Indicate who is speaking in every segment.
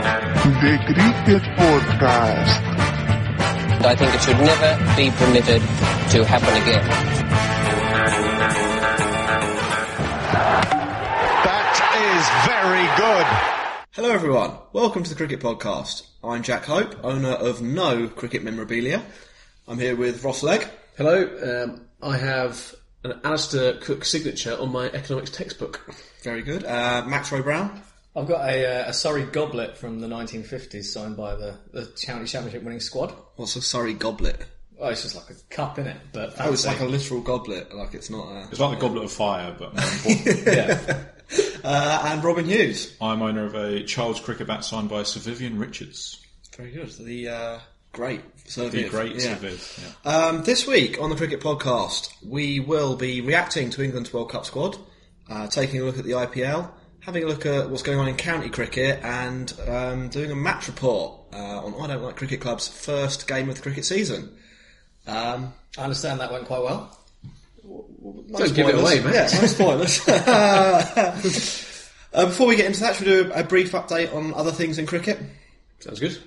Speaker 1: The Cricket Podcast.
Speaker 2: I think it should never be permitted to happen again.
Speaker 3: That is very good.
Speaker 4: Hello everyone, welcome to the Cricket Podcast. I'm Jack Hope, owner of No Cricket Memorabilia. I'm here with Ross Legg.
Speaker 5: Hello, um, I have an Alistair Cook signature on my economics textbook.
Speaker 4: Very good. Uh, Max Rowe Brown.
Speaker 6: I've got a, uh, a Surrey goblet from the 1950s signed by the, the county championship winning squad.
Speaker 4: What's a sorry goblet?
Speaker 6: Oh, it's just like a cup in it, but
Speaker 4: Oh, it's
Speaker 6: fancy.
Speaker 4: like a literal goblet, like it's not a...
Speaker 7: It's like the Goblet of Fire, but more important.
Speaker 6: yeah.
Speaker 4: Uh, and Robin Hughes.
Speaker 7: I'm owner of a child's cricket bat signed by Sir Vivian Richards.
Speaker 4: Very good. The uh, great
Speaker 7: The
Speaker 4: Soviet.
Speaker 7: great
Speaker 4: yeah.
Speaker 7: Sir Viv. Yeah.
Speaker 4: Um, this week on the Cricket Podcast, we will be reacting to England's World Cup squad, uh, taking a look at the IPL, having a look at what's going on in county cricket, and um, doing a match report uh, on I Don't Like Cricket Club's first game of the cricket season. Um,
Speaker 6: I understand that went quite well.
Speaker 4: no
Speaker 5: give it away,
Speaker 4: spoilers. Yeah, no spoilers. uh, before we get into that, should we do a brief update on other things in cricket?
Speaker 5: Sounds good.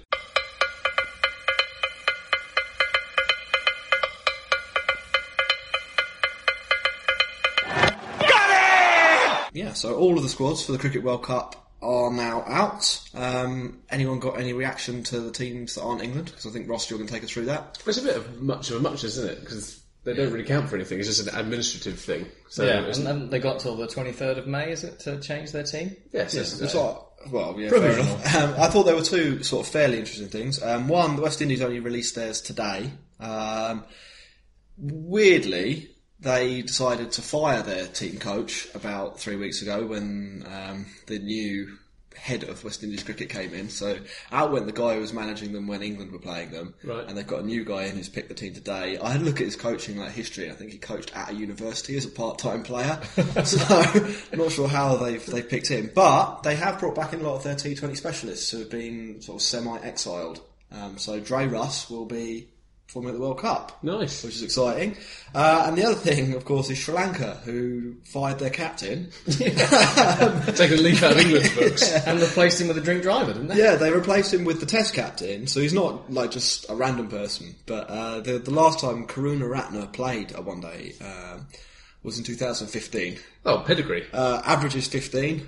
Speaker 4: Yeah, so all of the squads for the Cricket World Cup are now out. Um, anyone got any reaction to the teams that aren't England? Because I think Ross, you're going to take us through that.
Speaker 5: But it's a bit of much of a muchness, isn't it? Because they don't really count for anything. It's just an administrative thing. So
Speaker 6: yeah,
Speaker 5: it's-
Speaker 6: and
Speaker 4: uh,
Speaker 6: then they got till the 23rd of May, is it, to change their team?
Speaker 5: yes,
Speaker 4: It's
Speaker 5: yes, uh,
Speaker 4: like- well, yeah, fair
Speaker 6: Provisional.
Speaker 4: enough. Um, I thought there were two sort of fairly interesting things. Um, one, the West Indies only released theirs today. Um, weirdly, they decided to fire their team coach about three weeks ago when um, the new head of West Indies cricket came in. So out went the guy who was managing them when England were playing them.
Speaker 5: Right.
Speaker 4: And they've got a new guy in who's picked the team today. I had a look at his coaching like history. I think he coached at a university as a part-time player. so I'm not sure how they've they picked him. But they have brought back in a lot of their T20 specialists who have been sort of semi-exiled. Um, so Dre Russ will be performing at the World Cup
Speaker 5: nice.
Speaker 4: which is exciting. Uh, and the other thing, of course, is Sri Lanka, who fired their captain.
Speaker 5: Take a leaf out of England's books.
Speaker 6: And replaced him with a drink driver, didn't they?
Speaker 4: yeah, they replaced him with the Test captain, so he's not like just a random person. But uh, the the last time Karuna Ratna played a one day um was in 2015.
Speaker 5: Oh, pedigree.
Speaker 4: Uh, average is 15,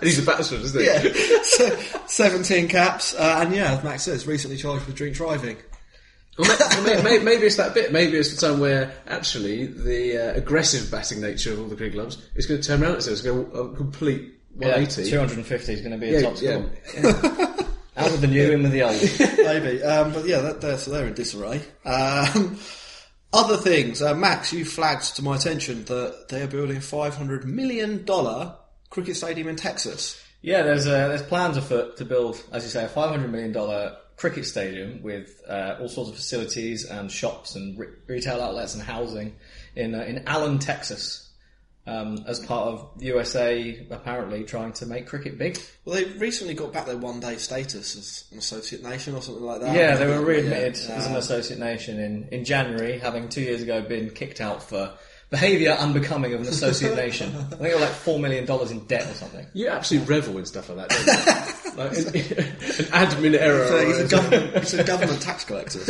Speaker 5: He's a batsman, isn't he?
Speaker 4: yeah, Se- 17 caps, uh, and yeah, as Max says, recently charged with drink driving.
Speaker 5: Well, ma- well, may- may- maybe it's that bit. Maybe it's the time where actually the uh, aggressive batting nature of all the cricket clubs is going to turn around and it's going to a complete 180.
Speaker 6: 250 is going to be
Speaker 5: Yeah,
Speaker 6: a top score.
Speaker 5: yeah.
Speaker 6: Out with the new, in with the old.
Speaker 4: Maybe, um, but yeah, that, they're, so they're in disarray. Um, other things, uh, Max, you flagged to my attention that they are building a five hundred million dollar cricket stadium in Texas.
Speaker 6: Yeah, there's uh, there's plans afoot to build, as you say, a 500 million dollar cricket stadium with uh, all sorts of facilities and shops and re- retail outlets and housing in uh, in Allen, Texas, um, as part of USA apparently trying to make cricket big.
Speaker 4: Well, they recently got back their one day status as an associate nation or something like that.
Speaker 6: yeah, they were
Speaker 4: Yeah, Uh,
Speaker 6: readmitted
Speaker 4: yeah.
Speaker 6: as an associate nation in in January, having two years ago been kicked out for. Behaviour unbecoming of an associate nation. I think they were like four million dollars in debt or something.
Speaker 5: You absolutely revel in stuff like that, don't you? like an, an admin error.
Speaker 4: So he's
Speaker 5: or-
Speaker 4: a government, he's a government tax collector.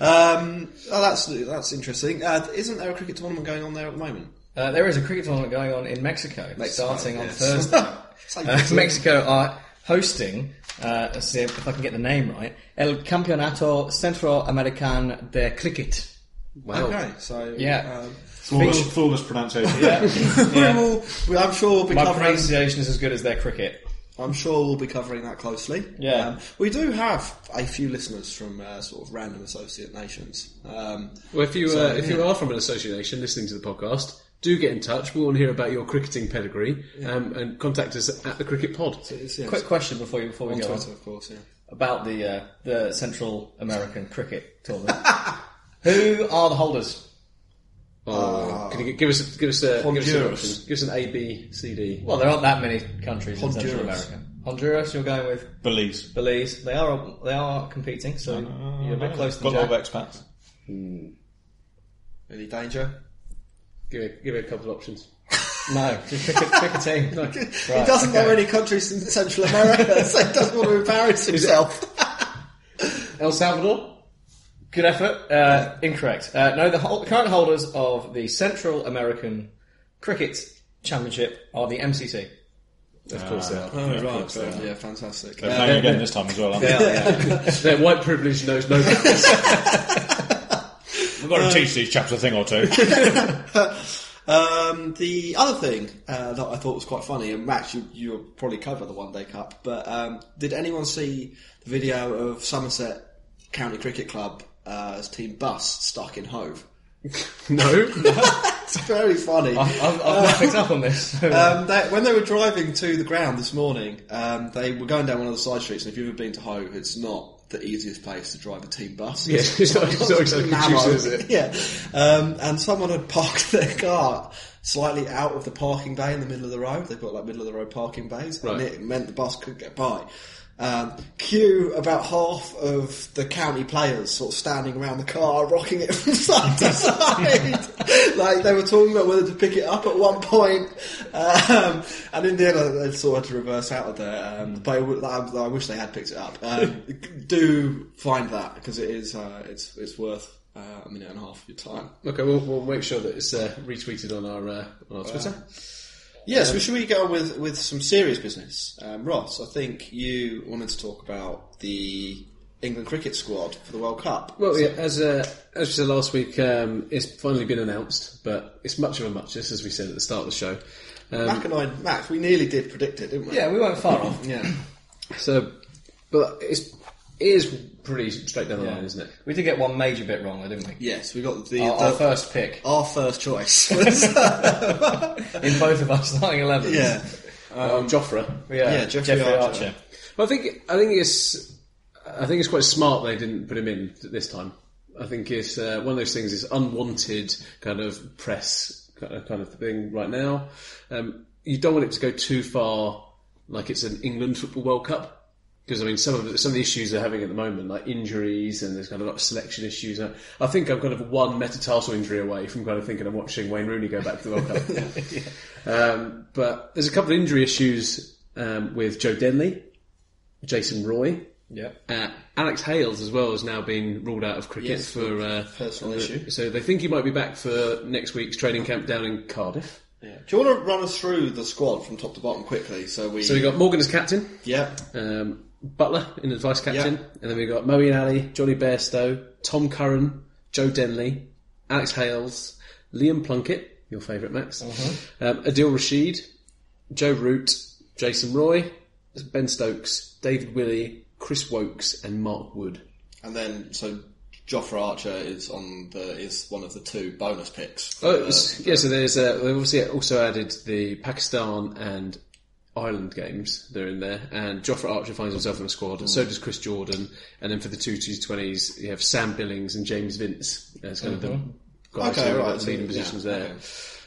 Speaker 4: um, oh, that's that's interesting. Uh, isn't there a cricket tournament going on there at the moment?
Speaker 6: Uh, there is a cricket tournament going on in Mexico, starting on
Speaker 4: yes.
Speaker 6: Thursday.
Speaker 4: Same
Speaker 6: Uh,
Speaker 4: thing.
Speaker 6: Mexico are hosting, uh, let's see if I can get the name right, El Campeonato Centroamerican de Cricket.
Speaker 5: wow.
Speaker 4: Okay, so
Speaker 6: Yeah.
Speaker 4: um,
Speaker 7: Flawless, flawless pronunciation. Yeah.
Speaker 4: we will, we, I'm sure we'll be
Speaker 6: My
Speaker 4: covering.
Speaker 6: pronunciation is as good as their cricket.
Speaker 4: I'm sure we'll be covering that closely.
Speaker 6: Yeah.
Speaker 4: um, we do have a few listeners from uh, sort of random associate nations. Um,
Speaker 5: Well, if you uh, if you are from an association listening to the podcast, do get in touch. We want to hear about your cricketing pedigree um, and contact us at the Cricket Pod.
Speaker 4: it's, yeah,
Speaker 6: Quick question before you before we
Speaker 4: it's
Speaker 6: go
Speaker 4: on
Speaker 6: on,
Speaker 4: Twitter, of course. Yeah.
Speaker 6: about the uh, the Central American cricket tournament. Who are the holders?
Speaker 5: Oh, can you gi- give us a- give us
Speaker 4: uh,
Speaker 5: a give us an
Speaker 4: Honduras.
Speaker 5: option? Give us an A B C D.
Speaker 6: Well, there aren't that many countries in Central
Speaker 4: Honduras.
Speaker 6: America. Honduras, you're going with
Speaker 7: Belize.
Speaker 6: Belize. They are they are competing, so
Speaker 4: Uh,
Speaker 6: you're a bit close to
Speaker 7: Got a lot
Speaker 6: Jack.
Speaker 7: of expats.
Speaker 4: Any danger?
Speaker 5: Give me, give me a couple of options.
Speaker 6: No, just pick a, pick a team.
Speaker 4: he doesn't know any countries in Central America, so he doesn't want to embarrass himself.
Speaker 6: El Salvador. Good effort. Uh, incorrect. Uh, no, the hol- current holders of the Central American Cricket Championship are the MCC.
Speaker 5: Of course they are.
Speaker 7: Oh, right.
Speaker 4: yeah, fantastic.
Speaker 7: They're playing again this time as well, aren't they?
Speaker 5: Their white privilege knows no bounds.
Speaker 7: We've got to teach these chaps a thing or two.
Speaker 4: Um, the other thing uh, that I thought was quite funny, and Max, you, you'll probably cover the One Day Cup, but um, did anyone see the video of Somerset County Cricket Club's team bus stuck in Hove?
Speaker 5: no.
Speaker 4: It's very funny.
Speaker 6: I've, I've not picked up on this. so-
Speaker 4: Um, they, when they were driving to the ground this morning, um, they were going down one of the side streets, and if you've ever been to Hove, it's not the easiest place to drive a team bus.
Speaker 5: Yeah, it's not, it's not exactly juicy, is it?
Speaker 4: Yeah. Um, and someone had parked their car slightly out of the parking bay in the middle of the road. They've got like middle of the road parking bays,
Speaker 5: Right.
Speaker 4: and it meant the bus couldn't get by. Um, cue about half of the county players sort of standing around the car, rocking it from side to side. like they were talking about whether to pick it up at one point. Um, and in the end, they sort of had to reverse out of there. Um, but I would- I, I wish they had picked it up. Um, do find that because it is uh, it's it's worth uh, a minute and a half of your time.
Speaker 5: Okay, we'll, we'll make sure that it's uh, retweeted on our, uh, on our Twitter.
Speaker 4: Yes, yeah, so should we get on with, with some serious business? Um, Ross, I think you wanted to talk about the England cricket squad for the World Cup.
Speaker 5: Well, yeah, as uh, as we said last week, um, it's finally been announced, but it's much of a muchness, as we said at the start of the show. Um,
Speaker 4: Mac and I, Max, we nearly did predict it, didn't we?
Speaker 6: yeah, we weren't far off.
Speaker 4: Yeah.
Speaker 5: So, but it's it is pretty straight down the line, isn't it?
Speaker 6: We did get one major bit wrong, though, didn't we?
Speaker 4: Yes, we got the,
Speaker 6: Our, our
Speaker 4: the-
Speaker 6: first pick
Speaker 4: our first choice. was-
Speaker 6: in both of our starting 11s.
Speaker 4: yeah,
Speaker 5: Um, Jofra.
Speaker 6: Yeah,
Speaker 4: Yeah, Jeffrey
Speaker 6: Jeffrey,
Speaker 4: Archer.
Speaker 6: Archer.
Speaker 5: Well, I think I think it's I think it's quite smart they didn't put him in this time. I think it's uh, one of those things. It's unwanted kind of press kind of, kind of thing right now. Um, you don't want it to go too far, like it's an England football World Cup, because I mean some of the, some of the issues they're having at the moment, like injuries and there's kind of a lot of selection issues. I I think I'm kind of one metatarsal injury away from kind of thinking I'm watching Wayne Rooney go back to the World Cup. um, but there's a couple of injury issues um, with Joe Denley. Jason Roy.
Speaker 6: Yeah.
Speaker 5: Uh, Alex Hales as well has now been ruled out of cricket
Speaker 4: Yes,
Speaker 5: for uh,
Speaker 4: personal issue.
Speaker 5: So they think he might be back for next week's training camp down in Cardiff.
Speaker 4: yeah. Do you want to run us through the squad from top to bottom quickly? So we,
Speaker 5: So we got Morgan as captain,
Speaker 4: yeah,
Speaker 5: um, Butler in as vice captain,
Speaker 4: Yeah.
Speaker 5: and then we got Moeen Ali, Johnny Bairstow, Tom Curran, Joe Denley, Alex Hales, Liam Plunkett, your favourite Max,
Speaker 4: Mm-hmm.
Speaker 5: um, Adil Rashid, Joe Root, Jason Roy, Ben Stokes, David Willey, Chris Wokes, and Mark Wood.
Speaker 4: and then so Jofra Archer is on the is one of the two bonus picks. for
Speaker 5: Oh,
Speaker 4: the-
Speaker 5: it was- yeah. So there's uh, they've obviously also added the Pakistan and Ireland games. They're in there, and Joffrey Archer finds himself in the squad,
Speaker 4: Hmm.
Speaker 5: and so does Chris Jordan. And then for the two T20s, you have Sam Billings and James Vince as kind of the guys
Speaker 4: Mm-hmm. Okay,
Speaker 5: who are
Speaker 4: right,
Speaker 5: at
Speaker 4: so,
Speaker 5: leading
Speaker 4: yeah,
Speaker 5: positions there.
Speaker 4: okay.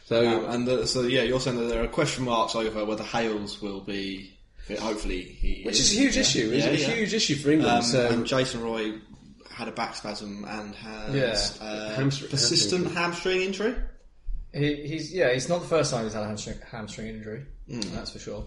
Speaker 5: So
Speaker 4: Um, and the, so yeah, you're saying that there are question marks over whether Hales will be. Hopefully, he
Speaker 5: which is a huge
Speaker 4: yeah.
Speaker 5: issue. It's
Speaker 4: Yeah,
Speaker 5: a
Speaker 4: yeah.
Speaker 5: huge issue for England.
Speaker 4: Um,
Speaker 5: so
Speaker 4: and Jason Roy had a back spasm and has
Speaker 6: Yeah.
Speaker 4: uh,
Speaker 5: Hamstring-
Speaker 4: persistent hamstring injury.
Speaker 6: He, he's yeah, he's not the first time he's had a hamstring, hamstring injury. That's for sure.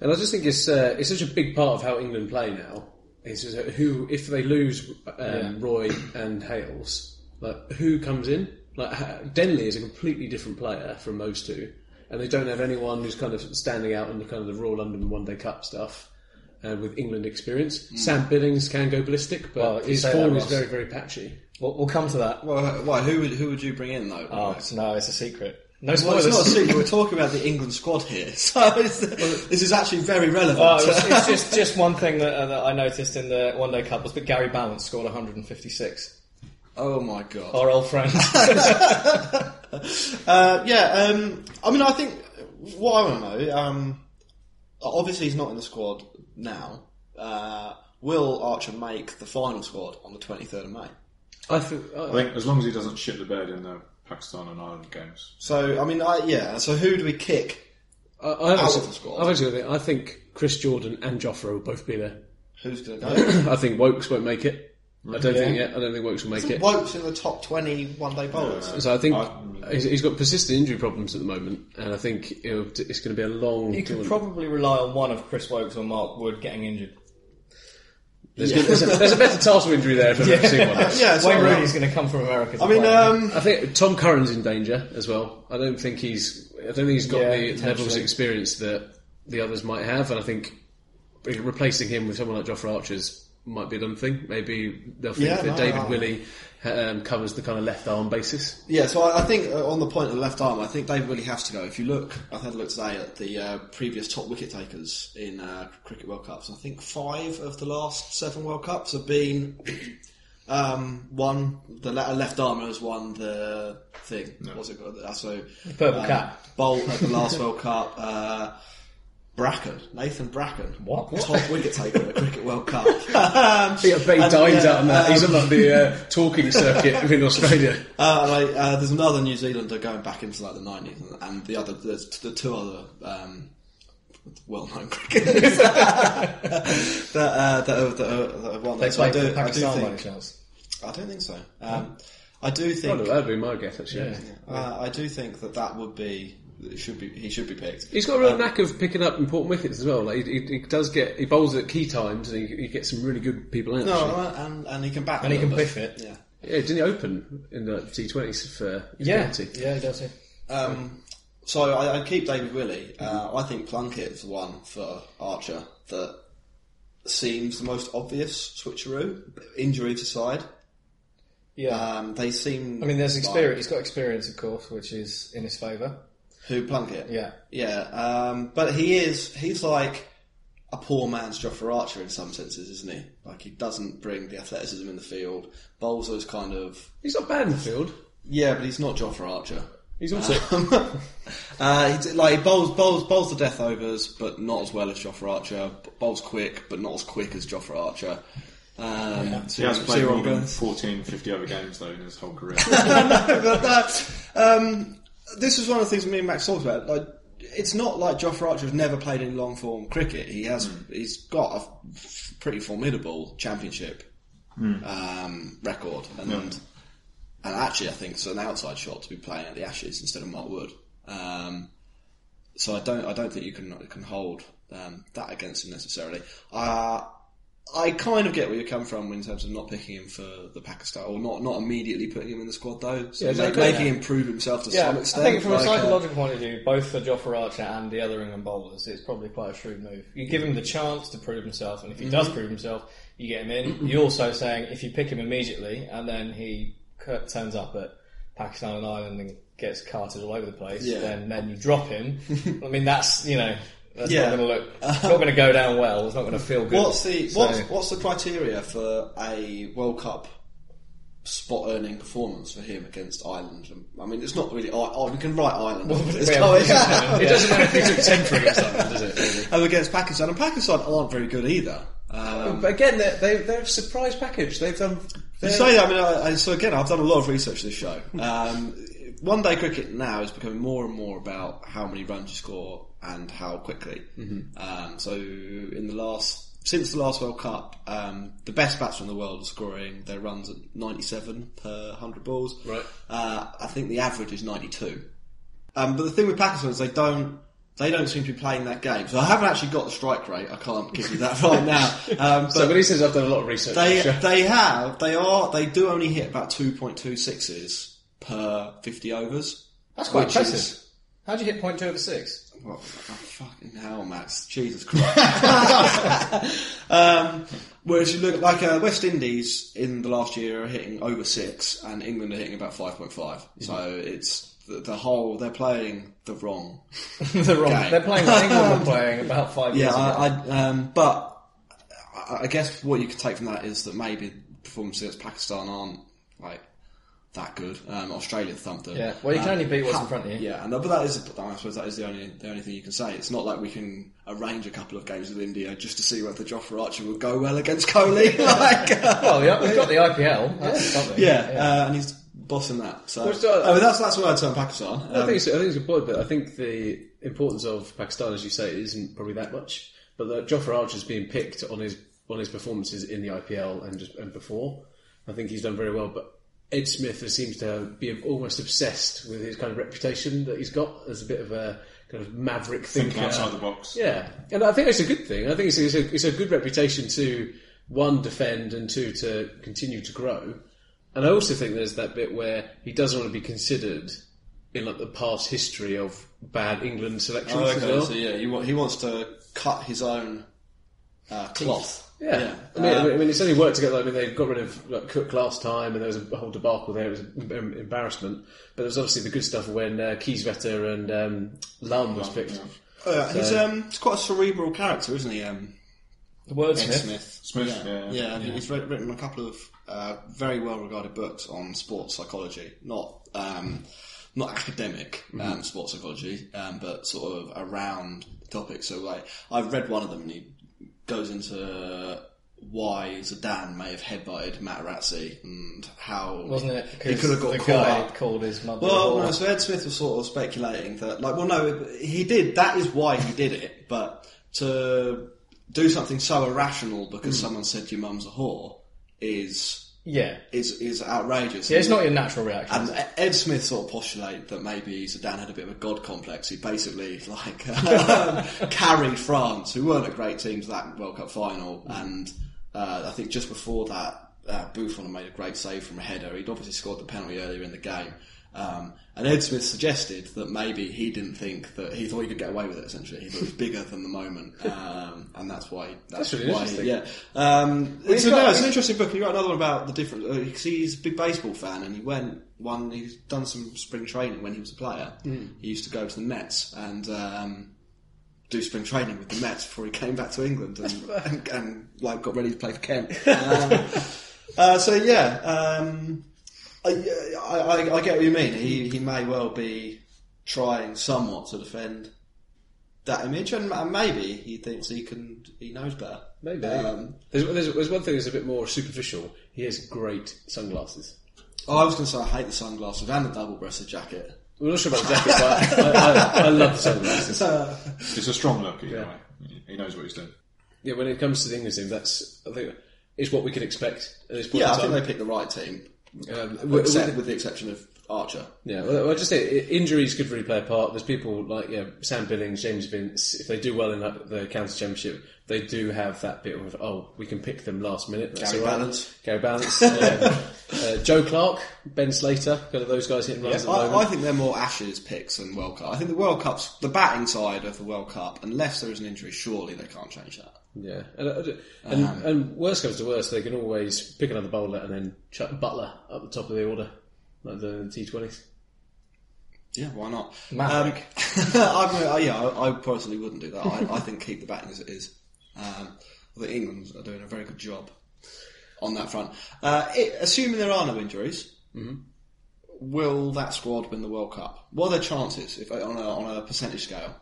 Speaker 5: And I just think it's uh, it's such a big part of how England play now. Is is who if they lose um, Roy and Hales, like who comes in? Like ha- Denley is a completely different player from those two, and they don't have anyone who's kind of standing out in the kind of the Royal London One Day Cup stuff. Uh, with England experience, Sam Billings can go ballistic, but
Speaker 6: Well, you
Speaker 5: his
Speaker 6: say
Speaker 5: form
Speaker 6: that,
Speaker 5: is
Speaker 6: Ross.
Speaker 5: very, very patchy.
Speaker 6: We'll, we'll come to that.
Speaker 4: Well, uh, why? Who would who would you bring in though?
Speaker 6: Oh,
Speaker 4: Well, it's
Speaker 6: no, it's a secret. No
Speaker 4: not
Speaker 6: spoilers.
Speaker 4: a secret. We're talking about the England squad here, so it's, this is actually very relevant.
Speaker 6: Oh, it's, it's just just one thing that, uh, that I noticed in the One Day Cup was that Gary Balance scored 156.
Speaker 4: oh my god!
Speaker 6: Our old friend.
Speaker 4: Uh, yeah, um, I mean, I think what I want to know. Um, obviously, he's not in the squad now. Uh, will Archer make the final squad on the twenty third of May?
Speaker 5: I think
Speaker 7: I think as long as he doesn't shit the bed in the Pakistan and Ireland games.
Speaker 4: So, I mean, I, yeah. So, who do we kick?
Speaker 5: I, I,
Speaker 4: Out
Speaker 5: actually-
Speaker 4: of the squad.
Speaker 5: I've actually got it. I think Chris Jordan and Joffrey will both be there.
Speaker 4: Who's going to go?
Speaker 5: I think Wokes won't make it. I don't think. Yeah, I don't think Wokes will make it.
Speaker 8: Wokes in the top 20 one day bowlers.
Speaker 5: So I think
Speaker 7: I-
Speaker 5: he's, he's got persistent injury problems at the moment, and I think it'll, it's going to be a long.
Speaker 6: You could
Speaker 5: tournament.
Speaker 6: probably rely on one of Chris Wokes or Mark Wood getting injured.
Speaker 5: there's, gonna- there's a, there's a better tarsal injury there if I've ever seen one.
Speaker 8: Yeah, so
Speaker 6: Wayne
Speaker 4: um,
Speaker 8: I'm-
Speaker 6: Rooney's going to come from America. to
Speaker 8: I mean,
Speaker 6: play.
Speaker 8: um,
Speaker 5: I think Tom Curran's in danger as well. I don't think he's. I don't think he's got
Speaker 6: Yeah,
Speaker 5: the levels
Speaker 6: potentially.
Speaker 5: of experience that the others might have, and I think replacing him with someone like Joffrey Archer's might be a done thing. Maybe they'll think
Speaker 8: Yeah,
Speaker 5: that
Speaker 8: no,
Speaker 5: David
Speaker 8: no.
Speaker 5: Willey um, covers the kind of left arm basis.
Speaker 4: Yeah, so I, I think uh, on the point of the left arm, I think David really has to go. If you look, I've had a look today at the uh, previous top wicket takers in uh, Cricket World Cups. I think five of the last seven World Cups have been um, one, the le- left armer has won the thing. What's it called? Uh, so,
Speaker 6: purple
Speaker 4: um,
Speaker 6: cap.
Speaker 4: Bolt at the last World Cup. Uh, Bracken, Nathan Bracken,
Speaker 6: What?
Speaker 4: top wicket taker at the Cricket World Cup? um,
Speaker 5: Yeah, but he
Speaker 4: and,
Speaker 5: dines
Speaker 4: yeah,
Speaker 5: out on that. he's
Speaker 4: um,
Speaker 5: on like, the uh, talking circuit in Australia.
Speaker 4: uh, like, uh, there's another New Zealander going back into like the nineties, and, and the other, there's t- the two other um, well-known cricketers that, uh, that, have, that, have, that have won.
Speaker 6: they
Speaker 4: So I
Speaker 6: played
Speaker 4: do,
Speaker 6: for Pakistan
Speaker 4: I do
Speaker 6: by any
Speaker 4: think,
Speaker 6: chance.
Speaker 4: I don't think so. Um, I do
Speaker 5: Oh,
Speaker 4: think,
Speaker 5: no, that'd be my guess actually.
Speaker 4: uh, I do think that that would be it should be he should be picked. Um,
Speaker 5: He's got a real knack of picking up important wickets as well. Like he, he, he does get he bowls at key times and he, he gets some really good people out.
Speaker 4: No, uh,
Speaker 5: actually.
Speaker 4: and, and he can bat
Speaker 6: And
Speaker 4: a
Speaker 6: he can
Speaker 4: little bit.
Speaker 6: biff it.
Speaker 4: Yeah.
Speaker 5: Yeah, didn't he open in the T20s for his penalty?
Speaker 6: yeah, he does. Yeah.
Speaker 4: Um, so I, I keep David Willey. Uh, I think Plunkett's the one for Archer that seems the most obvious switcheroo, injury to side.
Speaker 6: Yeah.
Speaker 4: Um, they seem.
Speaker 6: I mean, there's
Speaker 4: like-
Speaker 6: experience. He's got experience, of course, which is in his favour.
Speaker 4: who Plunkett?
Speaker 6: Yeah.
Speaker 4: yeah. Um, but he is. He's like a poor man's Jofra Archer in some senses, isn't he? Like he doesn't bring the athleticism in the field. Bowls those kind of.
Speaker 5: He's not bad in the field.
Speaker 4: Yeah, but he's not Jofra Archer.
Speaker 5: He's also
Speaker 4: Uh, he d- like he bowls, bowls, bowls the death overs, but not as well as Jofra Archer. B- Bowls quick, but not as quick as Jofra Archer. Um,
Speaker 7: He has played
Speaker 4: zero
Speaker 7: more than
Speaker 4: runs.
Speaker 7: 14, 50 other games though in his whole career.
Speaker 4: But that, um, this is one of the things me and Max talked about. Like, it's not like Jofra Archer's never played in long form cricket. He has, he's got a f- pretty formidable championship um, record, and and actually, I think it's an outside shot to be playing at the Ashes instead of Mark Wood. Um, so I don't, I don't think you can can hold um, that against him necessarily. Uh, I kind of get where you come from in terms of not picking him for the Pakistan or not not immediately putting him in the squad though. So
Speaker 6: Yeah,
Speaker 4: ma-
Speaker 6: exactly,
Speaker 4: making
Speaker 6: yeah.
Speaker 4: him prove himself to
Speaker 6: Yeah,
Speaker 4: some
Speaker 6: I
Speaker 4: extent.
Speaker 6: think from a
Speaker 4: like, uh,
Speaker 6: psychological point of view, both for Joffrey Archer and the other England bowlers, it's probably quite a shrewd move. You give him the chance to prove himself, and if he does prove himself, you get him in. You're also saying if you pick him immediately and then he cur- turns up at Pakistan and Ireland and gets carted all over the place,
Speaker 4: Yeah.
Speaker 6: then then you drop him. I mean, that's you know. That's
Speaker 4: Yeah.
Speaker 6: not going to look. It's not going to go down well. It's not going to feel good.
Speaker 4: What's the
Speaker 6: So-
Speaker 4: what's, what's the criteria for a World Cup spot earning performance for him against Ireland? I mean, it's not really. I- I- We can write Ireland, off, but it's
Speaker 6: yeah,
Speaker 4: not-
Speaker 6: yeah.
Speaker 5: it doesn't matter if he took ten for against Ireland, does it? really?
Speaker 4: Oh, against Pakistan, and Pakistan aren't very good either. Um,
Speaker 5: But again, they're, they they're a surprise package. They've done.
Speaker 4: You
Speaker 5: they're-
Speaker 4: say that, I mean, I, I, so again, I've done a lot of research this show. Um, one day cricket now is becoming more and more about how many runs you score and how quickly. Um, so in the last, since the last World Cup, um, the best batsmen in the world are scoring their runs at 97 per 100 balls.
Speaker 5: Right.
Speaker 4: Uh, I think the average is 92. Um, but the thing with Pakistan is they don't they don't seem to be playing that game. So I haven't actually got the strike rate. I can't give you that right now. Um, but
Speaker 5: so when he says I've done a lot of research,
Speaker 4: they
Speaker 5: sure.
Speaker 4: they have they are they do only hit about two point two sixes per fifty overs.
Speaker 6: That's quite
Speaker 4: Which
Speaker 6: impressive.
Speaker 4: is-
Speaker 6: How'd you hit point two over six?
Speaker 4: Well, oh, fucking hell, Max! Jesus Christ! um, whereas you look like uh, West Indies in the last year are hitting over six, and England are hitting about five
Speaker 6: Mm-hmm.
Speaker 4: So it's the, the whole they're playing the wrong
Speaker 6: They're wrong.
Speaker 4: Game.
Speaker 6: They're playing. what England were playing about five years
Speaker 4: Yeah,
Speaker 6: ago.
Speaker 4: I, I, um, but I, I guess what you can take from that is that maybe performances against Pakistan aren't like that good. Um, Australia thumped them.
Speaker 6: Yeah, well, you can
Speaker 4: Um,
Speaker 6: only beat what's in front of you.
Speaker 4: Yeah, and but that is, I suppose that is the only the only thing you can say. It's not like we can arrange a couple of games with India just to see whether Jofra Archer will go well against Kohli. like, uh,
Speaker 6: Well, Oh, yeah, we've got the IPL. That's something.
Speaker 4: yeah, Uh, and he's bossing that. So,
Speaker 5: There's, uh,
Speaker 4: I mean, that's that's where I turn Pakistan. Um,
Speaker 5: I think, it's, I think it's a good point, but I think the importance of Pakistan, as you say, isn't probably that much. But the Jofra Archer's being picked on his on his performances in the IPL and just, and before. I think he's done very well. But Ed Smith seems to have- be almost obsessed with his kind of reputation that he's got as a bit of a kind of maverick thinker.
Speaker 7: Think outside the box.
Speaker 5: Yeah, and I think it's a good thing. I think it's, it's, a, it's a good reputation to one defend and two to continue to grow. And I also think there's that bit where he doesn't want to be considered in like the past history of bad England selections
Speaker 4: Oh,
Speaker 5: as
Speaker 4: okay.
Speaker 5: well.
Speaker 4: So yeah, he, wa- he wants to cut his own uh, cloth.
Speaker 5: Yeah. I, mean,
Speaker 4: Uh,
Speaker 5: I mean- I mean, it's only worked together. I mean, they got rid of like, Cook last time, and there was a whole debacle there. It was an em- embarrassment. But there was obviously the good stuff when uh, Kiesvetter and um, Lum was picked.
Speaker 4: Uh, he's um, he's quite a cerebral character, isn't he? Um,
Speaker 6: The wordsmith.
Speaker 4: Ed Smith.
Speaker 7: Smith,
Speaker 4: yeah,
Speaker 7: yeah.
Speaker 4: I mean, he's writ- written a couple of uh, very well-regarded books on sports psychology, not um, not academic um, sports psychology, um, but sort of around the topic. So, like, I've read one of them, and he goes into why Zidane may have headbutted Matarazzi and how
Speaker 6: Wasn't it?
Speaker 4: he could have got
Speaker 6: the
Speaker 4: caught
Speaker 6: guy
Speaker 4: up.
Speaker 6: called his mother.
Speaker 4: Well,
Speaker 6: a
Speaker 4: no,
Speaker 6: whore.
Speaker 4: so Ed Smith was sort of speculating that, like, well, no, he did. That is why he did it. But to do something so irrational because
Speaker 6: Hmm.
Speaker 4: someone said your mum's a whore is
Speaker 6: yeah.
Speaker 4: is is outrageous.
Speaker 6: yeah, it's not your natural reaction.
Speaker 4: And Ed Smith sort of postulated that maybe Zidane had a bit of a god complex. He basically like um, carried France, who weren't a great team, to that World Cup final. And uh, I think just before that, uh, Buffon made a great save from a header. He'd obviously scored the penalty earlier in the game. Um, and Ed Smith suggested that maybe he didn't think that he thought he could get away with it. Essentially, he thought it was bigger than the moment, um, and that's why that's,
Speaker 5: That's really
Speaker 4: why
Speaker 5: interesting.
Speaker 4: yeah. Um, it's,
Speaker 6: he's
Speaker 4: no,
Speaker 6: got-
Speaker 4: it's an interesting book. He wrote another one about the uh, different because he's a big baseball fan, and he went one. He's done some spring training when he was a player. He used to go to the Mets and um, do spring training with the Mets before he came back to England and, and, and like got ready to play for Kent. Um, uh, so yeah, um, I, I, I, I get what you mean. He he may well be trying somewhat to defend that image, and, and maybe he thinks he can he knows better.
Speaker 5: Maybe.
Speaker 4: Um,
Speaker 5: there's, there's, there's one thing that's a bit more superficial. He has great sunglasses.
Speaker 4: Oh, I was going to say I hate the sunglasses and the double-breasted jacket.
Speaker 5: I'm not sure about the jacket, but I, I, I love the sunglasses.
Speaker 7: It's a strong look either way. He knows what he's doing.
Speaker 5: Yeah, when it comes to the English team, that's I think it's what we can expect at this point
Speaker 4: Yeah, I
Speaker 5: in
Speaker 4: think
Speaker 5: time.
Speaker 4: they picked the right team,
Speaker 5: Um, w-
Speaker 4: except
Speaker 5: w-
Speaker 4: with the exception of Archer.
Speaker 5: yeah, well, I just say i- injuries could really play a part. There's people like yeah, Sam Billings, James Vince. If they do well in that, the county championship, they do have that bit of oh, we can pick them last minute. That's
Speaker 4: Gary
Speaker 5: all right.
Speaker 4: Balance.
Speaker 5: Gary Balance, um, uh, Joe Clark, Ben Slater, kind of those guys hitting runs at the
Speaker 4: I, I
Speaker 5: moment.
Speaker 4: think they're more Ashes picks than World Cup. I think the World Cup's the batting side of the World Cup. Unless there is an injury, surely they can't change that.
Speaker 5: yeah, and uh, and, and worst comes to worst, they can always pick another bowler and then chuck Butler up the top of the order, like the T20s.
Speaker 4: Yeah, why not?
Speaker 6: Maverick.
Speaker 4: Um, I'm, uh, yeah, I, I personally wouldn't do that. I, I think keep the batting as it is. Um, I think England are doing a very good job on that front. Uh, it, assuming there are no injuries,
Speaker 5: Mm-hmm.
Speaker 4: will that squad win the World Cup? What are their chances if on a, on a percentage scale?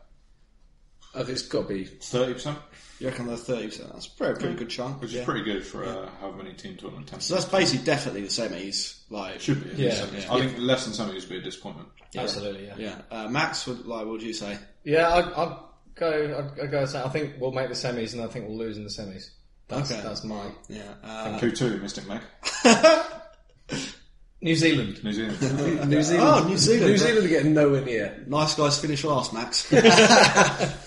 Speaker 5: I think it's got to be
Speaker 7: Thirty percent,
Speaker 4: You reckon they're thirty percent? That's a pretty,
Speaker 5: Mm.
Speaker 4: pretty good chunk.
Speaker 7: which
Speaker 4: yeah.
Speaker 7: is pretty good for uh, how many team tournament tests.
Speaker 4: So that's basically definitely the same as like
Speaker 7: should be.
Speaker 6: Yeah,
Speaker 7: I think less than seventy would be a disappointment.
Speaker 6: Absolutely, yeah.
Speaker 4: yeah. Uh, Max, would, like, what would you say?
Speaker 6: Yeah, I, I'd go. I'd, I'd go. with that. I think we'll make the semis, and I think we'll lose in the semis. That's
Speaker 4: Okay.
Speaker 6: that's my
Speaker 4: Yeah. Uh,
Speaker 7: Kutu, Mystic Meg,
Speaker 6: New Zealand.
Speaker 7: New Zealand.
Speaker 5: New Zealand.
Speaker 4: Oh, New Zealand.
Speaker 5: New Zealand are getting nowhere near.
Speaker 4: Nice guys finish last, Max.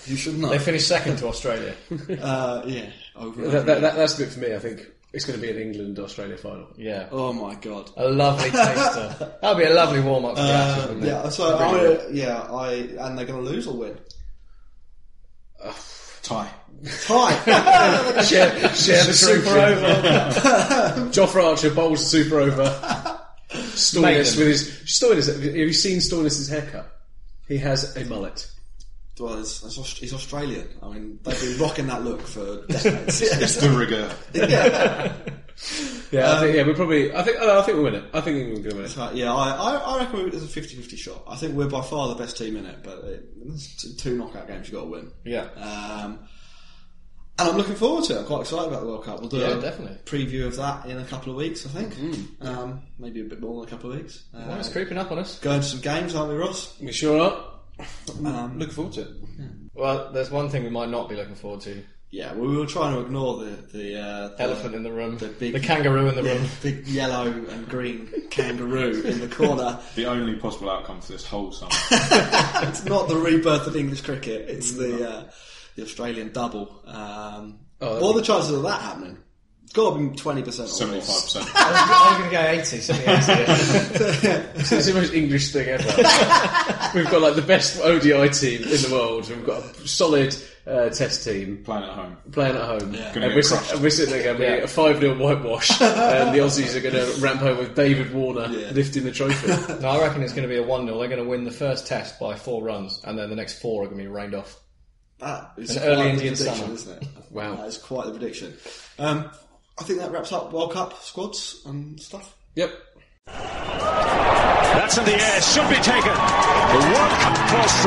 Speaker 4: you should not.
Speaker 6: They finished second to Australia.
Speaker 4: Uh, yeah. Over and
Speaker 5: That,
Speaker 4: over
Speaker 5: that,
Speaker 4: again.
Speaker 5: that, that's a bit for me. I think it's going to be an England Australia final.
Speaker 6: Yeah,
Speaker 4: Oh my god.
Speaker 6: a lovely taster. That'll be a lovely warm up for the action,
Speaker 4: Uh,
Speaker 6: wouldn't it?
Speaker 4: yeah. So I, yeah, I and they're going to lose or win.
Speaker 7: Tie.
Speaker 4: Tie.
Speaker 5: Share, share the super over. Joffre Archer bowls the super over. Stornis
Speaker 6: Maiden.
Speaker 5: with his Stornis. Have you seen Stornis's haircut? He has a mullet.
Speaker 4: well, it's, it's, Aust- he's Australian. I mean, they've been rocking that look for decades.
Speaker 7: It's the rigor.
Speaker 5: Yeah, I think, yeah. We're probably. I think. I think we'll win it. I think England will win it.
Speaker 4: Uh, yeah, I, I, I reckon it's a 50-50 shot. I think we're by far the best team in it, but it, it's t- two knockout games you got to win.
Speaker 6: Yeah.
Speaker 4: Um, and I'm looking forward to it. I'm quite excited about the World Cup. We'll do
Speaker 6: Yeah,
Speaker 4: a
Speaker 6: definitely. Mm.
Speaker 4: preview of that in a couple of weeks, I think. Um, maybe a bit more than a couple of weeks. Uh,
Speaker 6: Well, it's creeping up on us.
Speaker 4: Going to some games, aren't we, Ross?
Speaker 5: We sure are.
Speaker 4: Um,
Speaker 6: Mm,
Speaker 5: Looking forward to it.
Speaker 6: Well, there's one thing we might not be looking forward to.
Speaker 4: yeah, we were trying to ignore the the, uh, the
Speaker 6: Elephant in the room. The,
Speaker 4: the big
Speaker 6: kangaroo in the room.
Speaker 4: yeah, big yellow and green kangaroo in the corner.
Speaker 7: The only possible outcome for this whole summer.
Speaker 4: It's not the rebirth of English cricket. It's the uh, the Australian double. Um,
Speaker 5: Oh,
Speaker 4: what are the chances of that happening? It's got to be twenty percent.
Speaker 7: Seventy-five percent.
Speaker 6: I'm going to go 80, something 80.
Speaker 5: It's the most English thing ever. we've got like the best ODI team in the world. We've got a solid uh, test team
Speaker 7: Playing at home.
Speaker 5: playing at home.
Speaker 7: Gonna
Speaker 5: And,
Speaker 7: get
Speaker 5: we're, sit-
Speaker 7: crushed.
Speaker 5: and we're sitting there going, we're a 5 0 whitewash. and the Aussies are going to ramp home with David Warner lifting the trophy.
Speaker 6: no, I reckon it's going to be a 1 0. They're going to win the first test by four runs, and then the next four are going to be rained off.
Speaker 4: That is
Speaker 6: An
Speaker 4: quite
Speaker 6: early
Speaker 4: the
Speaker 6: Indian
Speaker 4: prediction,
Speaker 6: summer.
Speaker 4: isn't it?
Speaker 5: Wow.
Speaker 4: that is quite the prediction. Um, I think that wraps up World Cup squads and stuff.
Speaker 5: Yep.
Speaker 9: That's in the air. Should be taken. The World Cup cross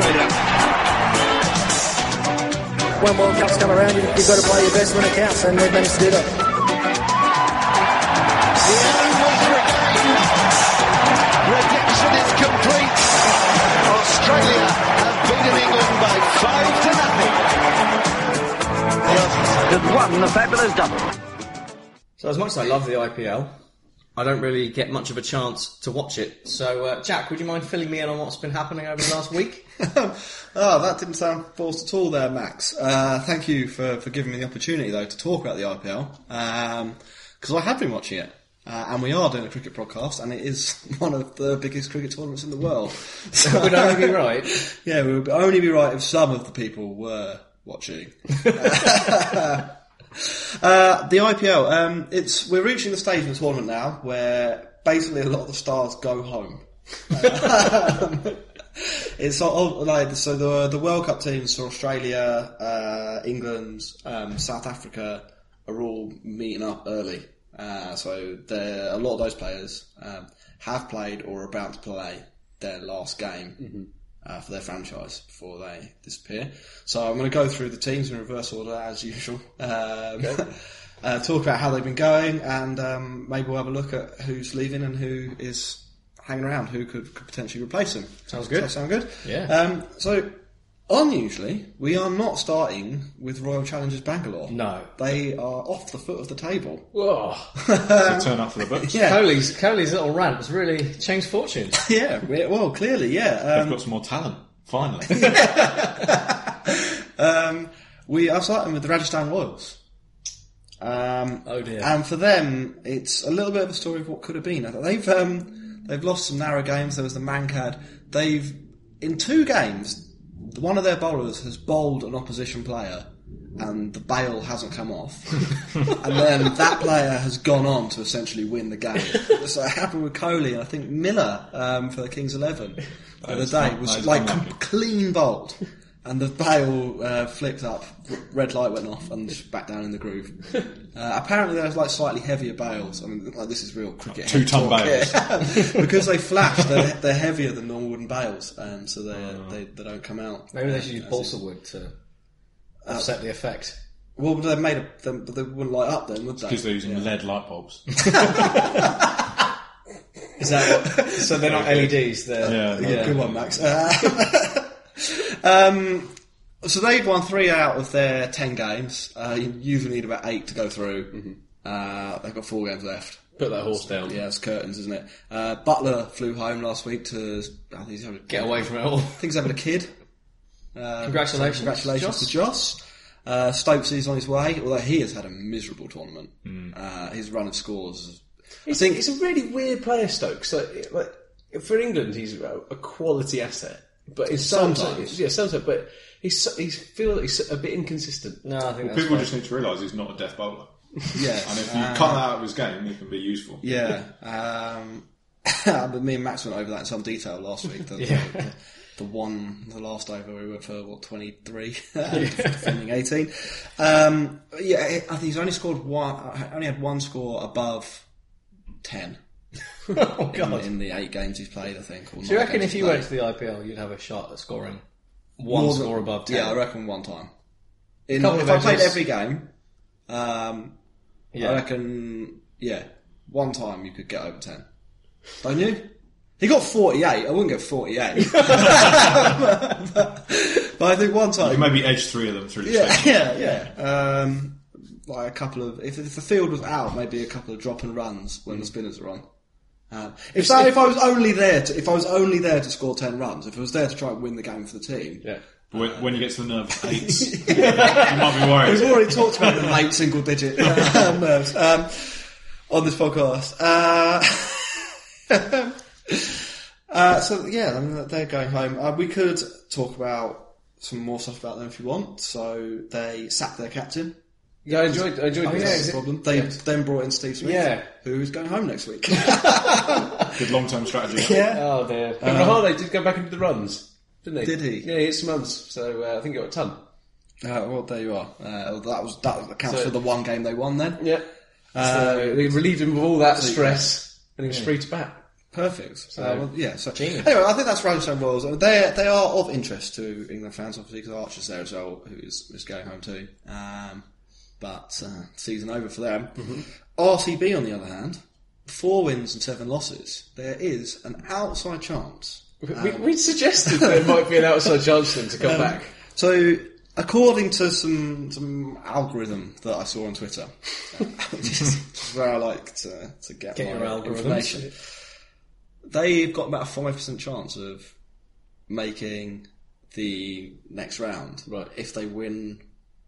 Speaker 9: trader.
Speaker 10: when World Cups come around, you- you've got to play your best when it counts, and we've managed to do that.
Speaker 3: Redemption is complete. Australia have beaten England by five to nothing.
Speaker 6: So, as much as I love the IPL, I don't really get much of a chance to watch it. So, uh, Jack, would you mind filling me in on what's been happening over the last week?
Speaker 4: oh, that didn't sound forced at all there, Max. Uh, thank you for, for giving me the opportunity, though, to talk about the IPL, because um, I have been watching it. Uh, and we are doing a cricket broadcast, and it is one of the biggest cricket tournaments in the world. So
Speaker 6: Would I be right?
Speaker 4: Yeah, we would only be right if some of the people were watching. Uh, the IPL. Um, it's we're reaching the stage in the tournament now where basically a lot of the stars go home. Um, it's sort of like so the the World Cup teams for Australia, uh, England, um, South Africa are all meeting up early. Uh, so they're- a lot of those players um, have played or are about to play their last game uh, for their franchise before they disappear. So I'm going to go through the teams in reverse order as usual. Um, uh, talk about how they've been going, and um, maybe we'll have a look at who's leaving and who is hanging around, who could, could potentially replace them.
Speaker 6: Sounds good.
Speaker 4: Does that sound good?
Speaker 6: Yeah.
Speaker 4: Um, so, unusually, we are not starting with Royal Challengers Bangalore.
Speaker 6: No.
Speaker 4: They are off the foot of the table.
Speaker 6: Whoa.
Speaker 7: To turn up for the books.
Speaker 4: Yeah.
Speaker 6: Coley's, Coley's little rant has really changed fortunes.
Speaker 4: Yeah. we- Well, clearly, yeah. Uh,
Speaker 7: They've got some more talent. Finally.
Speaker 4: We are starting with the Rajasthan Royals. Um,
Speaker 6: Oh, dear.
Speaker 4: And for them, it's a little bit of a story of what could have been. I think They've um, they've lost some narrow games. There was the Mancad. They've in two games, one of their bowlers has bowled an opposition player, and the bail hasn't come off. and then that player has gone on to essentially win the game. so it happened with Coley, and I think Miller um, for the Kings Eleven the other
Speaker 7: is
Speaker 4: day
Speaker 7: un- that
Speaker 4: was
Speaker 7: is
Speaker 4: like
Speaker 7: unlucky.
Speaker 4: com- clean bowled. And the bail uh, flipped up, r- red light went off, and just back down in the groove. Uh, apparently, there's like slightly heavier bales. I mean, like this is real cricket.
Speaker 7: Two
Speaker 4: head
Speaker 7: ton
Speaker 4: talk.
Speaker 7: bales.
Speaker 4: Yeah. because they flash, they're, they're heavier than normal wooden bales, um, so they, they they don't come out.
Speaker 6: Maybe they should use balsa wood to offset the effect.
Speaker 4: Well, they made a, them, but they wouldn't light up then, would they?
Speaker 7: Because they're using lead light bulbs.
Speaker 6: Is that what? so they're not LEDs. They're
Speaker 7: Yeah.
Speaker 4: E Yeah, Good one, Max. Uh, um, so they've won three out of their ten games. Uh, you usually need about eight to go through. Uh, they've got four games left.
Speaker 5: Put that horse down.
Speaker 4: Yeah, it's curtains, isn't it? Uh, Butler flew home last week to. I think he's having a,
Speaker 6: get away from it all.
Speaker 4: I think he's having a kid.
Speaker 6: Congratulations,
Speaker 4: Congratulations
Speaker 6: Joss.
Speaker 4: to Joss. Uh, Stokes is on his way, although he has had a miserable tournament. Uh, his run of scores is
Speaker 5: He's,
Speaker 4: think-
Speaker 5: he's a really weird player, Stokes. Like, like for England, he's a a quality asset, but in some
Speaker 4: Sometimes.
Speaker 5: yeah, sometimes. But he's so- he's feel that he's a bit inconsistent.
Speaker 6: No, I think that's
Speaker 7: People
Speaker 6: fine.
Speaker 7: just need to realise he's not a death bowler.
Speaker 4: yeah.
Speaker 7: And if you cut that out of his game, he can be useful.
Speaker 4: Ah. Yeah. Um, but me and Max went over that in some detail last week. The, the, the one, the last over we were for, what, 23? Defending 18. Um, yeah, I think he's only scored one, uh, only had one score above 10
Speaker 6: oh god.
Speaker 4: in, in the eight games he's played, I think. or
Speaker 6: Do you
Speaker 4: nine
Speaker 6: reckon
Speaker 4: games
Speaker 6: if you
Speaker 4: he's
Speaker 6: went
Speaker 4: played.
Speaker 6: to the IPL, you'd have a shot at scoring one
Speaker 4: More than-
Speaker 6: score above ten?
Speaker 4: Yeah, I reckon one time. In,
Speaker 6: Couple
Speaker 4: if
Speaker 6: of
Speaker 4: I played
Speaker 6: overs.
Speaker 4: every game, um,
Speaker 6: Yeah.
Speaker 4: I reckon, yeah, one time you could get over 10. Don't you? He got 48. I wouldn't get 48. but, But I think one
Speaker 7: You
Speaker 4: time,
Speaker 7: maybe edge three of them through the
Speaker 4: yeah,
Speaker 7: stage.
Speaker 4: yeah, yeah. Um, like a couple of if, if the field was out, maybe a couple of drop and runs when the
Speaker 6: Mm.
Speaker 4: spinners are on. Um, if, that, if I was only there, to, if I was only there to score ten runs, if I was there to try and win the game for the team,
Speaker 5: Yeah.
Speaker 7: But When, when you get to the nervous eights, you might be worried.
Speaker 4: We've already talked about the late single digit uh, nerves um, on this podcast. Uh, uh, so yeah, I mean, they're going home. Uh, we could talk about some more stuff about them if you want. So they sacked their captain.
Speaker 5: Oh, Yeah, I enjoyed. I enjoyed.
Speaker 4: That's
Speaker 5: this.
Speaker 4: the problem. They then brought in Steve Smith,
Speaker 5: Yeah.
Speaker 4: who is going home next week.
Speaker 7: Good long-term strategy.
Speaker 4: yeah.
Speaker 5: Oh dear. But Rahane did go back into the runs, didn't he?
Speaker 4: Did he?
Speaker 5: Yeah, he hit some runs. So uh, I think he got a ton.
Speaker 4: Uh, well, there you are. Uh, that was that accounts
Speaker 5: So-
Speaker 4: for the one game they won. Then
Speaker 5: Yeah. so they relieved him of all that stress, and he was free to bat.
Speaker 4: Perfect. So, well, yeah. So
Speaker 6: Genius.
Speaker 4: anyway, I think that's Rhinestone Royals. I mean, They they are of interest to England fans, obviously, because Archer's there as well, who is, is going home too. Um, but uh, season over for them. RCB, on the other hand, four wins and seven losses. There is an outside chance.
Speaker 5: we,
Speaker 4: Uh,
Speaker 5: we suggested there might be an outside chance for him to come back.
Speaker 4: Um, So, according to some some algorithm that I saw on Twitter, which is where I like to, to get,
Speaker 6: Get
Speaker 4: my
Speaker 6: your algorithms.
Speaker 4: information, they've got about a five percent chance of making the next round.
Speaker 5: Right.
Speaker 4: If they win,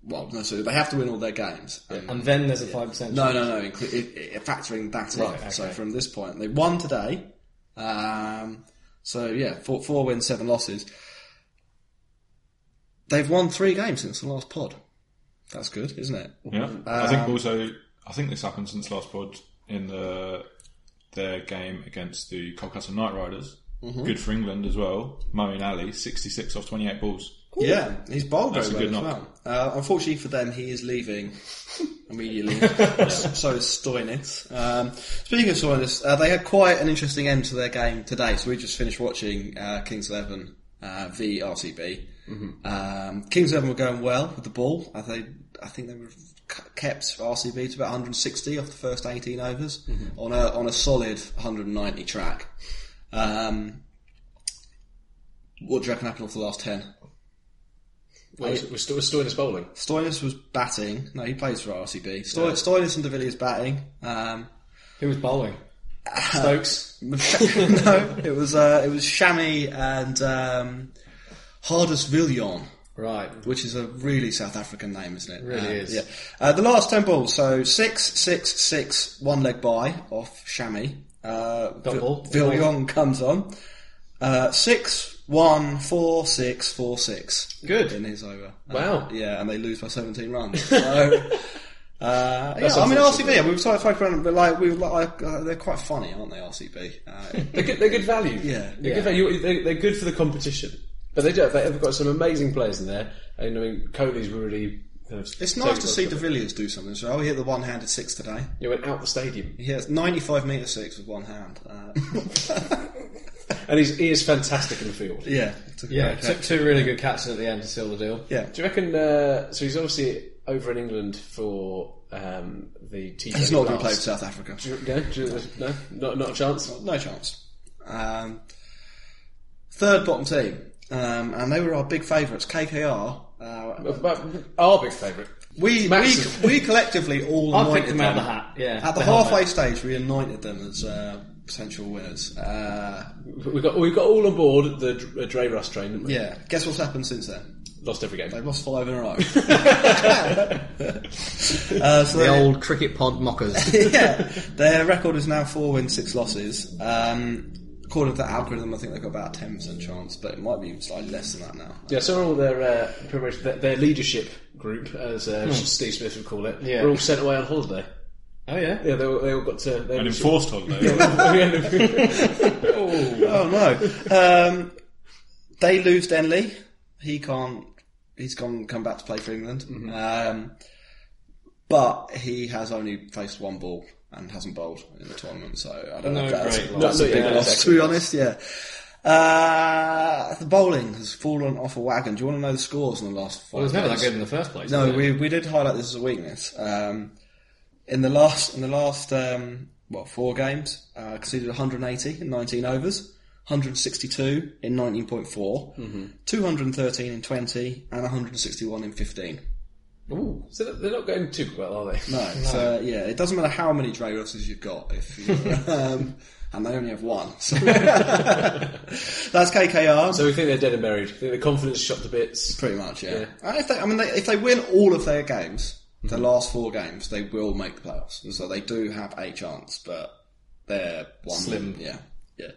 Speaker 4: well, no, so they have to win all their games. Um,
Speaker 6: And then there's a five percent.
Speaker 4: no, no, no. Inclu- i- i- factoring that in.
Speaker 6: Right,
Speaker 4: So
Speaker 6: okay.
Speaker 4: from this point, they won today. Um, so yeah, four, four wins, seven losses. They've won three games since the last pod. That's good, isn't it?
Speaker 7: Yeah. I think also, I think this happened since last pod in the their game against the Kolkata Knight Riders.
Speaker 4: Mm-hmm.
Speaker 7: Good for England as well. Moeen Ali, 66 off 28 balls.
Speaker 4: Yeah, he's bowled
Speaker 7: That's
Speaker 4: very
Speaker 7: a
Speaker 4: well
Speaker 7: good
Speaker 4: as well.
Speaker 7: knock.
Speaker 4: Uh, unfortunately for them, he is leaving immediately. so is Stoinis. Um, speaking of Stoinis, uh, they had quite an interesting end to their game today. So we just finished watching uh, Kings Eleven uh, v RCB.
Speaker 7: Mm-hmm.
Speaker 4: Um, Kings Eleven were going well with the ball. I think I think they were c- kept RCB to about 160 off the first 18 overs
Speaker 7: Mm-hmm.
Speaker 4: on a on a solid 190 track. Um, what do you reckon happened off the last 10?
Speaker 5: Well, we're, still, we're still in his bowling.
Speaker 4: Stoinis was batting. No, he plays for RCB. Sto- Stoinis and De Villiers batting. Um,
Speaker 6: Who was bowling? Stokes.
Speaker 4: no, it was uh, it was Shami and um, Hardus Villion,
Speaker 6: Right.
Speaker 4: which is a really South African name, isn't it?
Speaker 5: Really
Speaker 4: Uh,
Speaker 5: is.
Speaker 4: Yeah. Uh, the last ten balls. So six, six, six, one leg by off Shami. Uh,
Speaker 6: Double.
Speaker 4: Vil- Villion comes on. Uh, six, one, four, six, four, six.
Speaker 5: Good.
Speaker 4: in his over.
Speaker 5: Wow.
Speaker 4: Uh, yeah, and they lose by 17 runs. So, uh, yeah, I mean,
Speaker 5: unfortunate.
Speaker 4: RCB, yeah, we were talking about around, but like, we were like, uh, they're quite funny, aren't they, RCB? Uh,
Speaker 5: They're good, they're good value.
Speaker 4: Yeah.
Speaker 5: They're,
Speaker 6: Yeah.
Speaker 5: Good value. They, they're good for the competition. But they do, they've got some amazing players in there. And I mean, Coley's really. Kind of
Speaker 4: it's nice
Speaker 5: taken
Speaker 4: to
Speaker 5: off
Speaker 4: see De
Speaker 5: from it.
Speaker 4: Villiers do something as well. He hit the one handed six today.
Speaker 5: He went out the stadium.
Speaker 4: He has 95 metre six with one hand. Uh,
Speaker 5: And he's, he is fantastic in the field.
Speaker 4: yeah. it's a great
Speaker 6: Yeah.
Speaker 4: catch.
Speaker 6: Took two really good catches at the end to seal the deal.
Speaker 4: Yeah.
Speaker 5: Do you reckon? Uh, so he's obviously over in England for um, the T20.
Speaker 4: He's not going to play for
Speaker 5: last.
Speaker 4: South Africa.
Speaker 5: Do you- No, do you- uh, no, not, not a chance.
Speaker 4: No chance. Um, third bottom team, um, and they were our big favourites, KKR. Uh,
Speaker 5: But our big favourite.
Speaker 4: we, we,
Speaker 5: Massive.
Speaker 4: we collectively all
Speaker 6: I
Speaker 4: anointed
Speaker 6: picked them out of
Speaker 4: them.
Speaker 6: the hat. Yeah.
Speaker 4: At the
Speaker 6: They held
Speaker 4: halfway
Speaker 6: back.
Speaker 4: stage, we anointed them as uh, potential winners. Uh,
Speaker 5: We got we got all on board the Dr- uh, Dre Russ train. Didn't we?
Speaker 4: yeah, guess what's happened since then?
Speaker 5: Lost every game.
Speaker 4: They've lost five in a row. uh, so
Speaker 6: The
Speaker 4: they-
Speaker 6: old cricket pod mockers.
Speaker 4: yeah, their record is now four wins, six losses. Um, according to that algorithm, I think they've got about a ten percent chance, but it might be slightly less than that now.
Speaker 5: Yeah, so all their, uh, pretty much their their leadership group, as uh, Steve Smith would call it,
Speaker 6: Hmm. Yeah.
Speaker 5: were all sent away on holiday.
Speaker 6: oh yeah.
Speaker 5: Yeah, they, all- they all got to. They
Speaker 7: An
Speaker 5: were-
Speaker 7: enforced holiday.
Speaker 4: Oh no, um, they lose Denley. He can't. He's gone. Come back to play for England. Um, but he has only faced one ball and hasn't bowled in the tournament, so I don't know. If that's,
Speaker 6: great
Speaker 4: that's
Speaker 5: loss.
Speaker 4: a big
Speaker 5: No, yeah,
Speaker 4: loss,
Speaker 5: exactly.
Speaker 4: to be honest. Yeah. Uh, the bowling has fallen off a wagon. Do you want to know the scores in the last five?
Speaker 6: Well, it was never that
Speaker 4: days?
Speaker 6: good in the first place.
Speaker 4: No,
Speaker 6: was it?
Speaker 4: we we did highlight this as a weakness. Um, in the last in the last um, what four games, uh, conceded 180 in 19 overs, 162 in 19.4, 213 in 20, and 161 in 15.
Speaker 5: Ooh, so they're- they're not going too well, are they?
Speaker 4: No, so yeah, it doesn't matter how many Dre Russes you've got if you, um, and they only have one. So that's KKR.
Speaker 5: So we think they're dead and buried. We think the confidence shot to bits.
Speaker 4: Pretty much, yeah. And if they, I mean, they, if they win all of their games, the
Speaker 6: Mm-hmm.
Speaker 4: last four games, they will make the playoffs. So they do have a chance, but they're one.
Speaker 6: Slim.
Speaker 4: Yeah, yeah.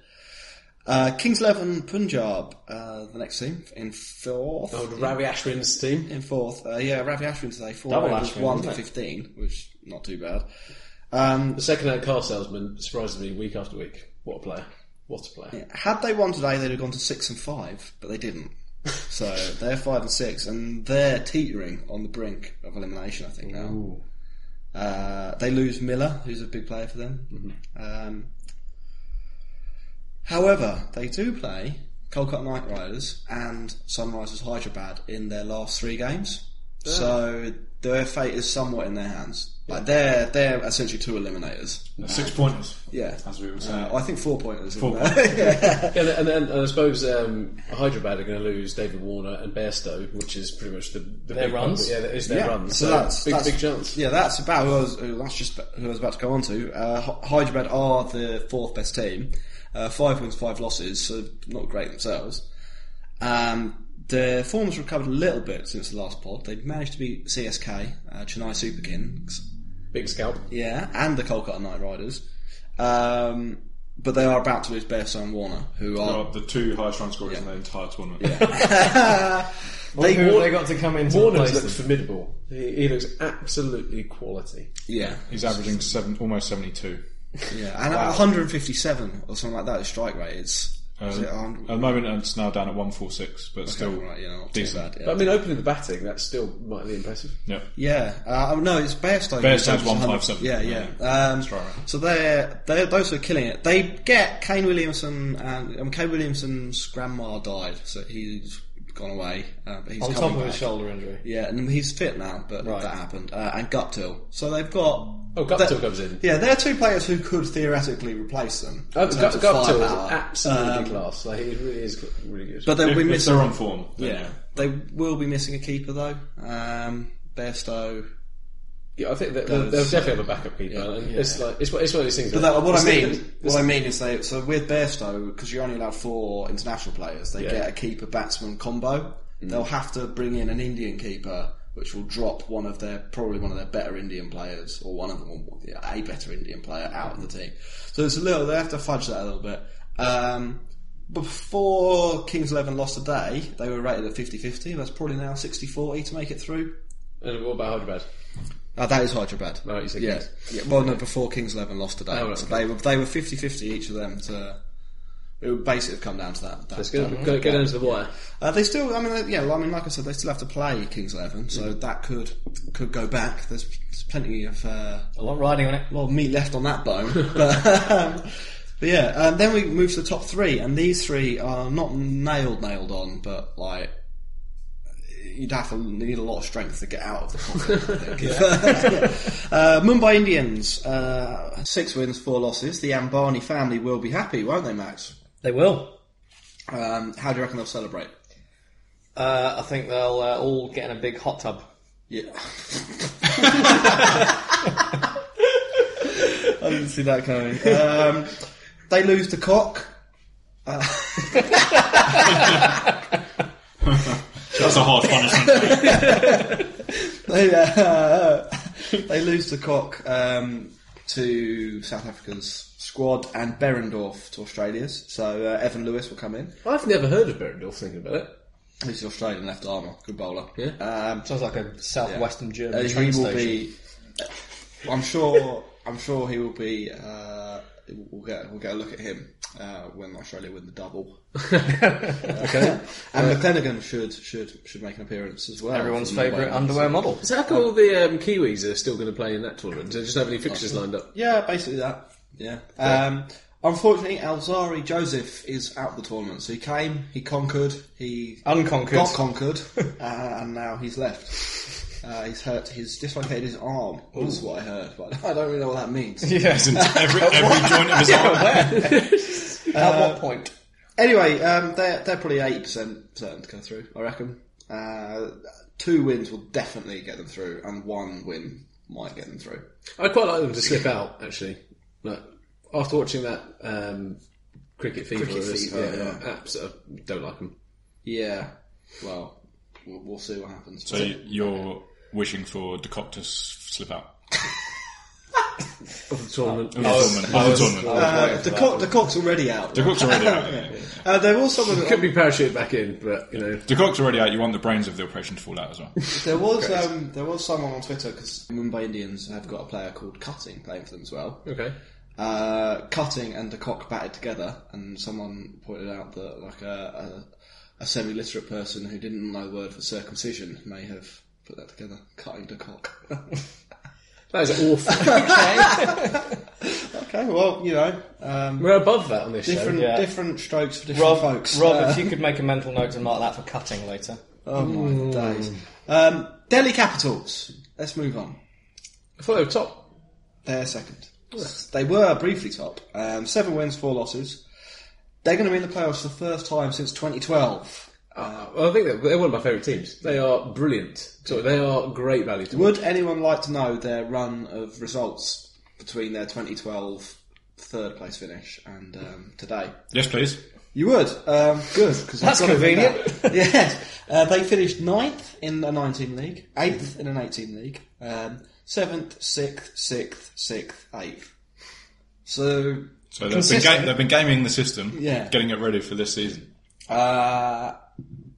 Speaker 4: Uh, Kings 11, Punjab, uh, the next team, in fourth.
Speaker 6: Oh,
Speaker 5: Old Ravi Ashwin's team.
Speaker 4: In fourth. Uh, yeah, Ravi Ashwin today, four
Speaker 6: Double
Speaker 4: overs,
Speaker 6: Ashwin,
Speaker 4: one
Speaker 6: wasn't
Speaker 4: for
Speaker 6: it?
Speaker 4: 15, which not too bad. Um,
Speaker 5: The second-hand car salesman surprises me week after week. What a player! What a player!
Speaker 4: had they won today, they'd have gone to six and five, but they didn't. So they're five and six, and they're teetering on the brink of elimination, I think, now. Uh, they lose Miller, who's a big player for them. Um, however, they do play Kolkata Knight Riders and Sunrisers Hyderabad in their last three games. So their fate is somewhat in their hands. Like they're they're essentially two eliminators.
Speaker 7: Six pointers.
Speaker 4: Yeah.
Speaker 7: As we were saying.
Speaker 4: Uh, I think four pointers.
Speaker 7: Four
Speaker 5: Yeah, and, and, and I suppose um, Hyderabad are going to lose David Warner and Bairstow, which is pretty much the, the
Speaker 6: Their
Speaker 5: big
Speaker 6: runs?
Speaker 5: Yeah, that is their runs. So, big big chance.
Speaker 4: Yeah, that's about who I was. Who, that's just who I was about to go on to. Uh, Hy- Hyderabad are the fourth best team, uh, five wins, five losses, so not great themselves. Um, their form's recovered a little bit since the last pod. They managed to beat CSK, uh, Chennai Super Kings,
Speaker 5: Big scalp.
Speaker 4: yeah, and the Kolkata Knight Riders. Um, but they are about to lose Bairstow and Warner, who
Speaker 7: Well,
Speaker 4: are
Speaker 7: the two highest run scorers in the entire tournament.
Speaker 6: They, Who have
Speaker 5: Warner-
Speaker 6: they got to come in to
Speaker 5: Warner
Speaker 6: replace them?
Speaker 5: looks formidable. He, he looks absolutely quality.
Speaker 4: yeah,
Speaker 7: He's averaging seven, almost 72.
Speaker 4: yeah, and at 157 or something like that is strike rate. It's is
Speaker 7: Um,
Speaker 4: it 100?
Speaker 7: at the moment, it's now down at 146, but still.
Speaker 4: right, you know, not too
Speaker 7: decent.
Speaker 4: bad. Yeah.
Speaker 5: But I mean, opening the batting, that's still mightily impressive.
Speaker 7: Yep.
Speaker 4: Yeah, uh, no, it's Bearstow.
Speaker 7: Bairstow's
Speaker 4: It's
Speaker 7: 157.
Speaker 4: Yeah,
Speaker 7: Yeah,
Speaker 4: yeah.
Speaker 7: yeah.
Speaker 4: Um,
Speaker 7: That's right, right.
Speaker 4: So they're, they're those who are killing it. They get Kane Williamson and um, Kane Williamson's grandma died, so he's gone away. Uh, but
Speaker 5: Oh,
Speaker 4: he's
Speaker 6: on
Speaker 4: coming
Speaker 6: top of
Speaker 4: back.
Speaker 6: his shoulder injury.
Speaker 4: Yeah, and he's fit now, but
Speaker 6: Right.
Speaker 4: that happened. Uh, and Guptill. So they've got.
Speaker 5: Oh, Guptill
Speaker 4: they're-
Speaker 5: comes in.
Speaker 4: Yeah, they're two players who could theoretically replace them.
Speaker 5: Oh,
Speaker 4: in
Speaker 5: Gu-
Speaker 4: terms of
Speaker 5: Guptill is
Speaker 4: firepower.
Speaker 5: absolutely
Speaker 4: Um,
Speaker 5: class. Like, he really is g- really good.
Speaker 4: But they'll
Speaker 7: If,
Speaker 4: be
Speaker 7: if
Speaker 4: missing.
Speaker 7: they're on form, then
Speaker 4: yeah, they will be missing a keeper though. Um, Bairstow.
Speaker 5: yeah, I think that they'll, they'll
Speaker 4: Does-
Speaker 5: definitely have a backup keeper.
Speaker 4: Yeah.
Speaker 5: and It's like it's, one- it's one of these things.
Speaker 4: But that, what I
Speaker 5: it's the-
Speaker 4: mean,
Speaker 5: it's-
Speaker 4: what I mean is they so with Bairstow because you're only allowed four international players, they
Speaker 5: Yeah. Mm.
Speaker 4: get a keeper batsman combo. They'll have to bring in an Indian keeper, which will drop one of their probably one of their better Indian players or one of them, yeah, a better Indian player out of the team. So it's a little they have to fudge that a little bit. Um, before Kings Eleven lost today, they were rated at 50-50. That's probably now 60-40 to make it through.
Speaker 5: And what about Hyderabad?
Speaker 4: Oh, that is Hyderabad.
Speaker 5: Oh, you said
Speaker 4: yeah.
Speaker 5: Kings.
Speaker 4: yeah. Well, no, before Kings Eleven lost today,
Speaker 5: Oh, right,
Speaker 4: so
Speaker 5: okay.
Speaker 4: they were they were 50-50 each of them. To it would basically have come down to that. that
Speaker 5: Let's go,
Speaker 4: that-
Speaker 5: go, go down to the wire.
Speaker 4: Uh, they still, I mean, they- yeah. Well, I mean, like I said, they still have to play Kings Eleven, so
Speaker 6: Mm-hmm.
Speaker 4: that could could go back. There's, there's plenty of uh,
Speaker 6: A lot riding on it.
Speaker 4: a lot of meat left on that bone. but, um, but yeah, um, then we move to the top three, and these three are not nailed nailed on, but like. You'd have to need a lot of strength to get out of the conference, I think. Uh, Mumbai Indians, uh, six wins, four losses. The Ambani family will be happy, won't they, Max?
Speaker 6: They will.
Speaker 4: Um, how do you reckon they'll celebrate?
Speaker 6: Uh, I think they'll uh, all get in a big hot tub.
Speaker 4: Yeah. I didn't see that coming. Um, they lose to Cock.
Speaker 7: That's a harsh punishment.
Speaker 4: They, uh, they lose to Cock um, to South Africa's squad and Berendorf to Australia's. So uh, Evan Lewis will come in.
Speaker 5: I've never heard of Berendorf thinking about it.
Speaker 4: He's the Australian left armour, good bowler.
Speaker 5: Yeah.
Speaker 4: Um,
Speaker 6: Sounds like a
Speaker 4: yeah.
Speaker 6: southwestern German
Speaker 4: Uh,
Speaker 6: train
Speaker 4: he will
Speaker 6: station.
Speaker 4: be. I'm sure. I'm sure he will be. Uh, we'll get we'll get a look at him uh, when Australia win the double. okay. And McLennigan should should should make an appearance as well.
Speaker 6: Uh, Everyone's
Speaker 4: From Mumbai
Speaker 6: favourite
Speaker 4: Indians.
Speaker 6: underwear model.
Speaker 5: So how come all the um, Kiwis are still going to play in that tournament? They just have any fixtures lined up?
Speaker 4: Yeah, basically that. Yeah. Um, unfortunately, Alzari Joseph is out of the tournament. So he came, he conquered,
Speaker 6: Oh.
Speaker 4: he
Speaker 6: Unconquered.
Speaker 4: got conquered, uh, and now he's left. Uh, he's hurt. He's dislocated his arm. That's what I heard, but I don't really know what that means.
Speaker 7: every, every joint of his arm.
Speaker 4: Uh,
Speaker 6: At what point?
Speaker 4: Anyway, um, they're they're probably eighty percent certain to go through. I reckon. Uh, two wins will definitely get them through, and one win might get them through.
Speaker 5: I quite like them to slip out actually. Like after watching that um, cricket fever,
Speaker 4: Cricket
Speaker 5: this-
Speaker 4: Fever,
Speaker 5: yeah,
Speaker 4: yeah.
Speaker 5: yeah. Abs- uh, don't like them.
Speaker 4: Yeah. Well, we'll, we'll see what happens.
Speaker 7: So you're wishing for Decoctus slip out.
Speaker 5: Of the tournament,
Speaker 7: Of the tournament. Of the tournament.
Speaker 4: uh, the, cock, the cock's already out.
Speaker 7: Decoctus already out. yeah.
Speaker 4: Uh, there was someone.
Speaker 5: could be parachuted back in, but you know,
Speaker 7: Decoctus already out. You want the brains of the operation to fall out as well.
Speaker 4: There was um, there was someone on Twitter because Mumbai Indians have got a player called Cutting playing for them as well.
Speaker 5: okay.
Speaker 4: Uh, Cutting and the cock batted together, and someone pointed out that like a, a, a semi-literate person who didn't know the word for circumcision may have put that together. Cutting the cock.
Speaker 5: That is awful.
Speaker 4: okay, well you know um,
Speaker 5: We're above that on this
Speaker 4: different
Speaker 5: show.
Speaker 6: Yeah.
Speaker 4: different strokes for different
Speaker 6: Rob,
Speaker 4: folks.
Speaker 6: Rob,
Speaker 4: Uh,
Speaker 6: if you could make a mental note and mark that for cutting later.
Speaker 4: oh my days. Um, Delhi Capitals. Let's move on.
Speaker 5: I thought they were top.
Speaker 4: They're second. They were briefly top. Um, seven wins, four losses. They're going to be in the playoffs for the first time since 2012.
Speaker 5: Uh, well, I think they're, they're one of my favourite teams. They are brilliant. So they are great value to
Speaker 4: Would anyone like to know their run of results between their 2012 third place finish and um, today?
Speaker 7: Yes, please.
Speaker 4: You would. Um, good. Cause
Speaker 6: That's
Speaker 4: I've got it written
Speaker 6: convenient.
Speaker 4: down. yes. Uh, they finished ninth in a 19 league, eighth in an 18 league, um, seventh, sixth, sixth, sixth, eighth. So
Speaker 7: So they've been, ga- they've been gaming the system,
Speaker 4: Yeah.
Speaker 7: getting it ready for this season.
Speaker 4: Uh,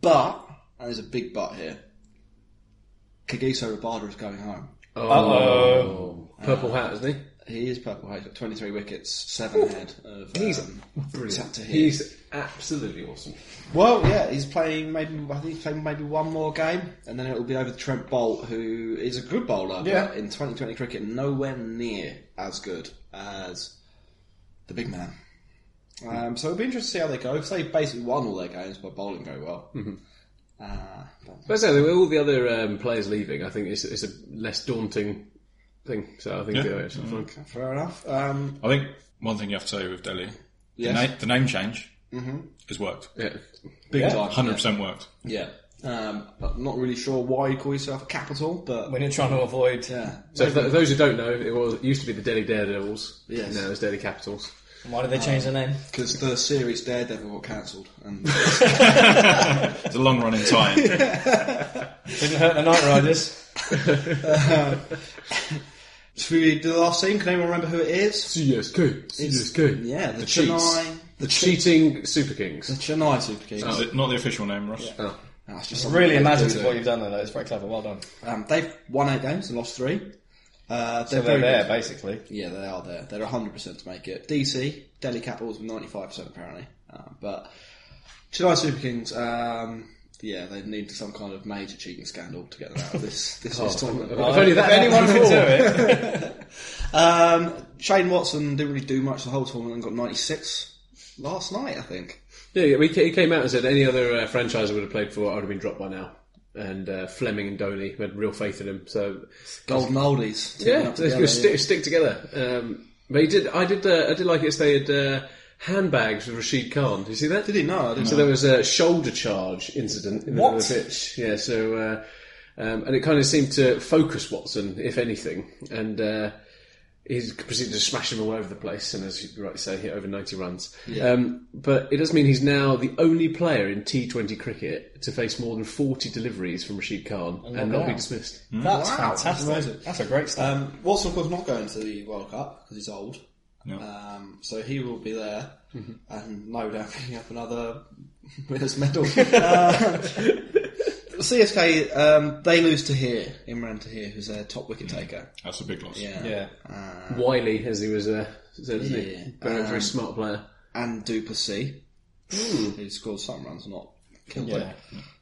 Speaker 4: but, and there's a big but here, Kagiso Rabada is going home.
Speaker 5: Oh, purple hat, isn't
Speaker 4: He is purple haze, got 23 wickets, 7 head of.
Speaker 5: He's
Speaker 4: um,
Speaker 5: he?
Speaker 4: Brilliant.
Speaker 5: He's absolutely awesome.
Speaker 4: well, yeah, he's playing maybe, I think he's playing maybe one more game, and then it'll be over to Trent Bolt, who is a good bowler,
Speaker 5: Yeah.
Speaker 4: but in 2020 cricket, nowhere near as good as the big man. Um, so it'll be interesting to see how they go, because they basically won all their games by bowling very well. Uh, but
Speaker 5: But as I say, with all the other um, players leaving, I think it's, it's a less daunting thing. So I think
Speaker 7: Yeah.
Speaker 5: yeah. it's fun.
Speaker 4: fair enough. Um,
Speaker 7: I think one thing you have to say with Delhi,
Speaker 4: Yes.
Speaker 7: the, na- the name change has worked.
Speaker 5: Yeah.
Speaker 4: Big time.
Speaker 7: 100% worked.
Speaker 4: Yeah. Um, but not really sure why you call yourself a capital, but
Speaker 6: When you're trying to avoid
Speaker 4: yeah.
Speaker 5: So for those who don't know, it was it used to be the Delhi Daredevils.
Speaker 4: Yes.
Speaker 5: Now it's Delhi Capitals.
Speaker 6: Why did they change the name?
Speaker 4: Because the series Daredevil got cancelled, and
Speaker 7: It's a long running tie.
Speaker 6: Didn't hurt the Night Riders.
Speaker 4: should we do the last team? Can anyone remember who it is?
Speaker 5: CSK. CSK.
Speaker 4: Yeah, the,
Speaker 5: Chiefs.
Speaker 4: Chennai,
Speaker 5: The cheating Super Kings.
Speaker 4: the Chennai Super Kings.
Speaker 7: Is it not the official name, Ross?
Speaker 5: Oh.
Speaker 4: That's just
Speaker 6: It's
Speaker 4: something
Speaker 6: really
Speaker 4: they do
Speaker 6: imaginative
Speaker 4: do.
Speaker 6: what you've done there. though. It's very clever. Well done.
Speaker 4: Um, they've won eight games and lost three. Uh, they're
Speaker 6: So they're
Speaker 4: very
Speaker 6: there,
Speaker 4: good.
Speaker 6: basically.
Speaker 4: Yeah, they are there. They're 100% to make it. DC, Delhi Capitals, 95% apparently. Uh, but Chennai Super Kings, um, yeah, they need some kind of major cheating scandal to get them out of this, this, Um, this tournament.
Speaker 5: Oh, If only that
Speaker 6: if anyone
Speaker 5: happened
Speaker 6: can do
Speaker 5: before.
Speaker 6: it.
Speaker 4: Um, Shane Watson didn't really do much the whole tournament and got 96 last night, I think.
Speaker 5: Yeah, yeah, we ca- he came out and said any other uh, franchise I would have played for, I would have been dropped by now. And uh, Fleming and Donny had real faith in him. So
Speaker 4: Golden oldies. teaming
Speaker 5: yeah,
Speaker 4: up
Speaker 5: let's
Speaker 4: together,
Speaker 5: go stick, stick together. Um, but he did. I did. Uh, I did like it. as They had uh, handbags with Rashid Khan. Did you see that?
Speaker 4: Did he? No, I didn't.
Speaker 5: So there was a shoulder charge incident in the middle of the pitch. Yeah. So uh, um, and it kind of seemed to focus Watson, if anything, and. Uh, He's proceeded to smash him all over the place, and as you rightly say, hit over 90 runs. Um, but it does mean he's now the only player in T20 cricket to face more than 40 deliveries from Rashid Khan
Speaker 4: Oh
Speaker 5: and,
Speaker 6: knock
Speaker 5: not
Speaker 6: it
Speaker 5: be
Speaker 6: out.
Speaker 5: dismissed.
Speaker 6: That's
Speaker 4: Wow, that's amazing.
Speaker 6: fantastic. That's a great start.
Speaker 4: Um, Watson, of course, not going to the World Cup because he's old.
Speaker 7: No.
Speaker 4: Um, so he will be there
Speaker 6: Mm-hmm.
Speaker 4: and no doubt picking up another winners' medal. Uh, CSK, um, they lose to here, Imran to here, who's their top wicket taker.
Speaker 7: That's a big loss.
Speaker 6: yeah.
Speaker 5: Wiley, as he was uh, said, isn't he?
Speaker 4: Yeah.
Speaker 5: Very, very
Speaker 4: Um,
Speaker 5: smart player.
Speaker 4: And Duplessis, who scored some runs, not killed
Speaker 6: Yeah.
Speaker 4: them.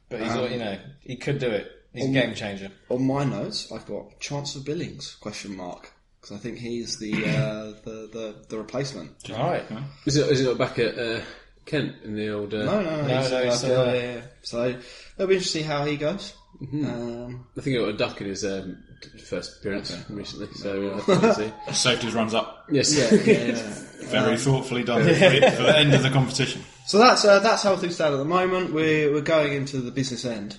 Speaker 6: But
Speaker 5: Um,
Speaker 6: he's, all you know, he could do it. He's a game changer.
Speaker 4: On my notes, I've got Chancellor Billings question mark because I think he's the, uh, the the the replacement.
Speaker 6: All right.
Speaker 5: Is it, is it back at uh, Kent in the old? Uh,
Speaker 4: No, no, no,
Speaker 6: No,
Speaker 4: he's-
Speaker 6: no, he's
Speaker 4: uh,
Speaker 6: still
Speaker 4: yeah,
Speaker 6: there.
Speaker 4: yeah, yeah. So it'll be interesting to see how he goes. Um,
Speaker 6: uh,
Speaker 5: I think he got a duck in his um, first appearance recently, so uh, we'll see.
Speaker 7: Saved his runs up.
Speaker 5: Yes.
Speaker 4: yeah, yeah, yeah.
Speaker 7: Very thoughtfully done for, the, for the end of the competition.
Speaker 4: So that's uh, that's how things stand at the moment. We're we're going into the business end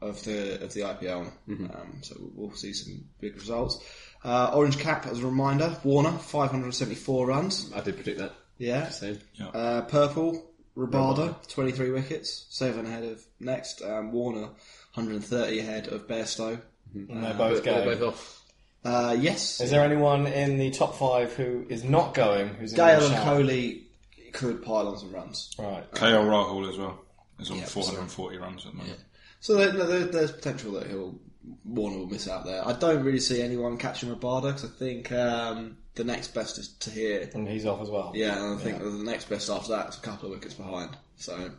Speaker 4: of the of the IPL, um, so we'll see some big results. Uh, Orange cap as a reminder. Warner 574 runs.
Speaker 5: I did predict that.
Speaker 4: Yeah.
Speaker 5: Same.
Speaker 7: Yeah.
Speaker 4: Uh, purple Rabada 23 wickets, seven ahead of next. Um, Warner 130 ahead of Bairstow.
Speaker 6: And they're both
Speaker 5: They're
Speaker 6: going.
Speaker 5: both off.
Speaker 4: Uh, yes.
Speaker 6: Is there anyone in the top five who is not going? Who's in
Speaker 4: Gale
Speaker 6: the
Speaker 4: and
Speaker 6: shout?
Speaker 4: Coley could pile on some runs.
Speaker 6: Right.
Speaker 7: KL Rahul as well is on 440 runs at the moment.
Speaker 4: So there, no, there, there's potential that he'll Warner will miss out there. I don't really see anyone catching Rabada because I think um, the next best is to here.
Speaker 6: And he's off as well.
Speaker 4: Yeah, and I think the next best after that is a couple of wickets behind. So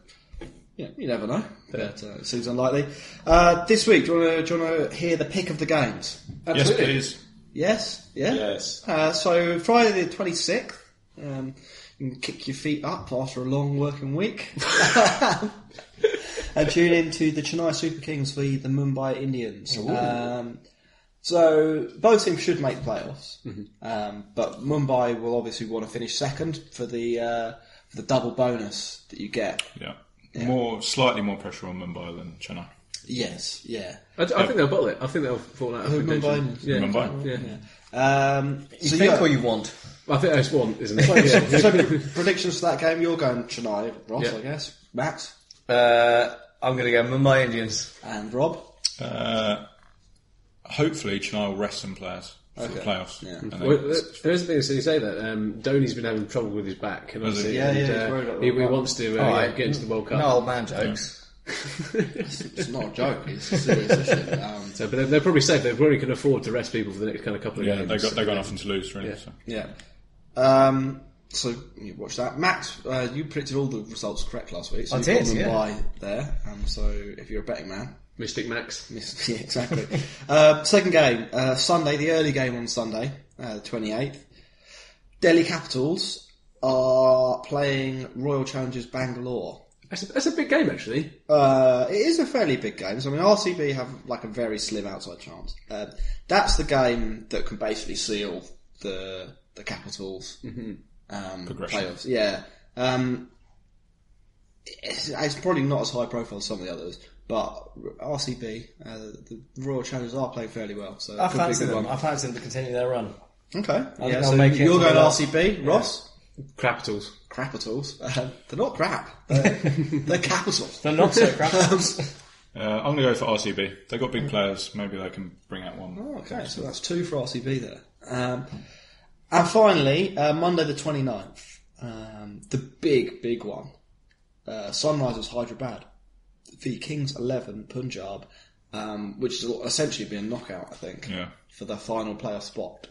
Speaker 4: yeah, you never know. But uh, it seems unlikely. Uh, this week, do you want to hear the pick of the games?
Speaker 7: Yes, please.
Speaker 4: Yes, yeah.
Speaker 7: Yes.
Speaker 4: Uh, so Friday the twenty sixth. Um, you can kick your feet up after a long working week, and tune in to the Chennai Super Kings v the Mumbai Indians. Um, so both teams should make playoffs,
Speaker 6: Mm-hmm.
Speaker 4: um, but Mumbai will obviously want to finish second for the uh, for the double bonus that you get.
Speaker 7: Yeah. More, slightly more pressure on Mumbai than Chennai.
Speaker 4: Yes, yeah.
Speaker 5: I, I think they'll bottle it. I think they'll fall out of
Speaker 4: Who,
Speaker 5: contention.
Speaker 4: Mumbai?
Speaker 5: Yeah.
Speaker 7: Mumbai.
Speaker 5: Yeah.
Speaker 4: Um,
Speaker 6: Oh, You
Speaker 4: so
Speaker 6: think
Speaker 4: yeah.
Speaker 6: or you want?
Speaker 5: I think that's one, isn't it? Yeah.
Speaker 4: so predictions for that game? You're going Chennai, Ross,
Speaker 5: Yeah.
Speaker 4: I guess. Max
Speaker 6: Uh, I'm going to go Mumbai Indians.
Speaker 4: and Rob.
Speaker 7: Uh, hopefully, Chennai will rest some players for the
Speaker 4: Okay.
Speaker 7: playoffs.
Speaker 4: Yeah.
Speaker 7: And then-
Speaker 5: Well, there- there is a thing so you say that um, Dhoni's been having trouble with his back, and obviously,
Speaker 4: Yeah, yeah,
Speaker 5: and,
Speaker 4: he's
Speaker 5: uh,
Speaker 4: worried about
Speaker 5: he,
Speaker 4: the
Speaker 5: he
Speaker 4: World Cup.
Speaker 5: wants to uh,
Speaker 6: All
Speaker 5: yeah,
Speaker 6: right.
Speaker 5: get into the World Cup.
Speaker 6: Oh, No old man jokes.
Speaker 4: It's not a joke. It's a serious issue. Um,
Speaker 5: So, but they're, they're probably safe. They probably can afford to rest people for the next kind of couple of
Speaker 7: yeah,
Speaker 5: games.
Speaker 7: they got, they've got nothing to lose, really.
Speaker 5: Yeah.
Speaker 7: So.
Speaker 4: yeah. Um, so you watch that, Matt. Uh, you predicted all the results correct last week. So
Speaker 6: I
Speaker 4: you
Speaker 6: did,
Speaker 4: got them
Speaker 6: yeah.
Speaker 4: by there. Um, so if you're a betting man,
Speaker 5: Mystic Max.
Speaker 4: miss- yeah, exactly. uh, second game, uh, Sunday, the early game on Sunday, uh, the 28th. Delhi Capitals are playing Royal Challengers Bangalore.
Speaker 5: That's a, that's a big game, actually.
Speaker 4: Uh, it is a fairly big game. So, I mean, RCB have like a very slim outside chance. Uh, that's the game that can basically seal the the Capitals
Speaker 6: Mm-hmm.
Speaker 4: um,
Speaker 7: Progression.
Speaker 4: playoffs. Yeah, um, it's, it's probably not as high profile as some of the others, but RCB, uh, the Royal Challengers, are playing fairly well. So,
Speaker 6: I
Speaker 4: could be a
Speaker 6: fancy
Speaker 4: good
Speaker 6: them.
Speaker 4: one.
Speaker 6: I fancy them to continue their run.
Speaker 4: Okay, yeah.
Speaker 6: they'll
Speaker 4: So
Speaker 6: make it
Speaker 4: you're
Speaker 6: for
Speaker 4: going
Speaker 6: the-
Speaker 4: RCB, Ross.
Speaker 5: Capitals.
Speaker 4: Capitals. Uh, they're not crap. They're, they're Capitals. Um,
Speaker 6: They're not so crap.
Speaker 7: Uh, I'm going to go for RCB. They've got big players. Maybe they can bring out one.
Speaker 4: Oh, okay, so that's two for RCB there. Um, and finally, uh, Monday the 29th, um, the big, big one. Uh, Sunrisers Hyderabad v Kings 11 Punjab, um, which will essentially be a knockout, I think,
Speaker 7: Yeah.
Speaker 4: for the final playoff spot.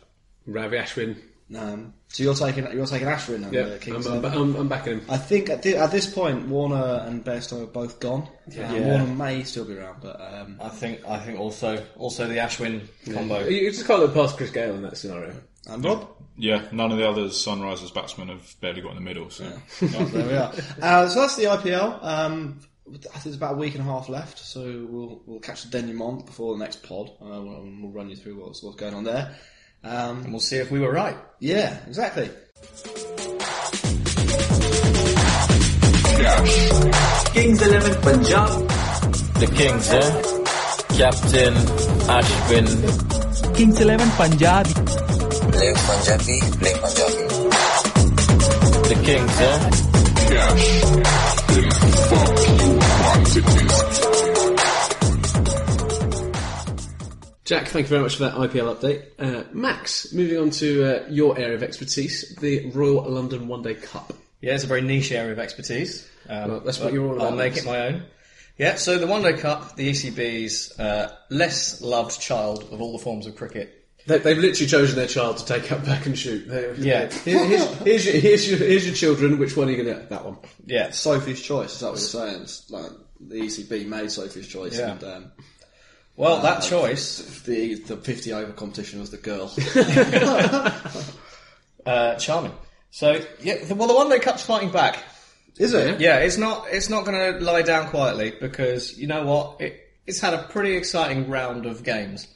Speaker 5: Ravi Ashwin.
Speaker 4: Um, so you're taking you're taking Ashwin and
Speaker 5: Yeah,
Speaker 4: uh, Kings
Speaker 5: I'm,
Speaker 4: 11.
Speaker 5: I'm, I'm, I'm backing him.
Speaker 4: I think at, thi- at this point, Warner and Bairstow are both gone. Yeah.
Speaker 6: Yeah.
Speaker 4: Warner may still be around, but um,
Speaker 6: I think. I think also. Also the Ashwin combo.
Speaker 5: You just can't look past Chris Gale in that scenario.
Speaker 4: and Rob.
Speaker 7: Yeah, none of the others Sunrisers batsmen have barely got in the middle. So
Speaker 6: Oh,
Speaker 4: there we are. Uh, so that's the IPL. Um, I think there's about a week and a half left, so we'll we'll catch the denouement before the next pod. Uh, we'll, we'll run you through what's what's going on there. Um,
Speaker 6: And we'll see if we were right.
Speaker 4: yeah, exactly.
Speaker 11: Kings 11 Punjab. The Kings, yeah. Captain Ashwin. Kings 11 Punjab. Play Punjabi, play Punjabi. The Kings, yeah.
Speaker 5: Jack, thank you very much for that IPL update. Uh, Max, moving on to uh, your area of expertise, the Royal London One Day Cup.
Speaker 6: Yeah, it's a very niche area of expertise. Um,
Speaker 5: Well, that's what you're all
Speaker 6: I'll
Speaker 5: about,
Speaker 6: make
Speaker 5: Max.
Speaker 6: it my own. Yeah, so the One Day Cup, the ECB's uh, less loved child of all the forms of cricket.
Speaker 5: They, they've literally chosen their child to take up back and shoot. They,
Speaker 6: Yeah.
Speaker 5: Here- here's, here's, your, here's, your, here's your children. Which one are you going to That one.
Speaker 6: Yeah,
Speaker 4: Sophie's choice. Is that what you're saying? It's like the ECB made Sophie's choice,
Speaker 6: Yeah.
Speaker 4: and um,
Speaker 6: well, that choice
Speaker 4: the the 50 over competition was the girl.
Speaker 6: Uh, charming. So yeah, the, well, the one day cup's fighting back.
Speaker 4: Is it?
Speaker 6: Yeah, it's not. It's not going to lie down quietly because you know what? It it's had a pretty exciting round of games.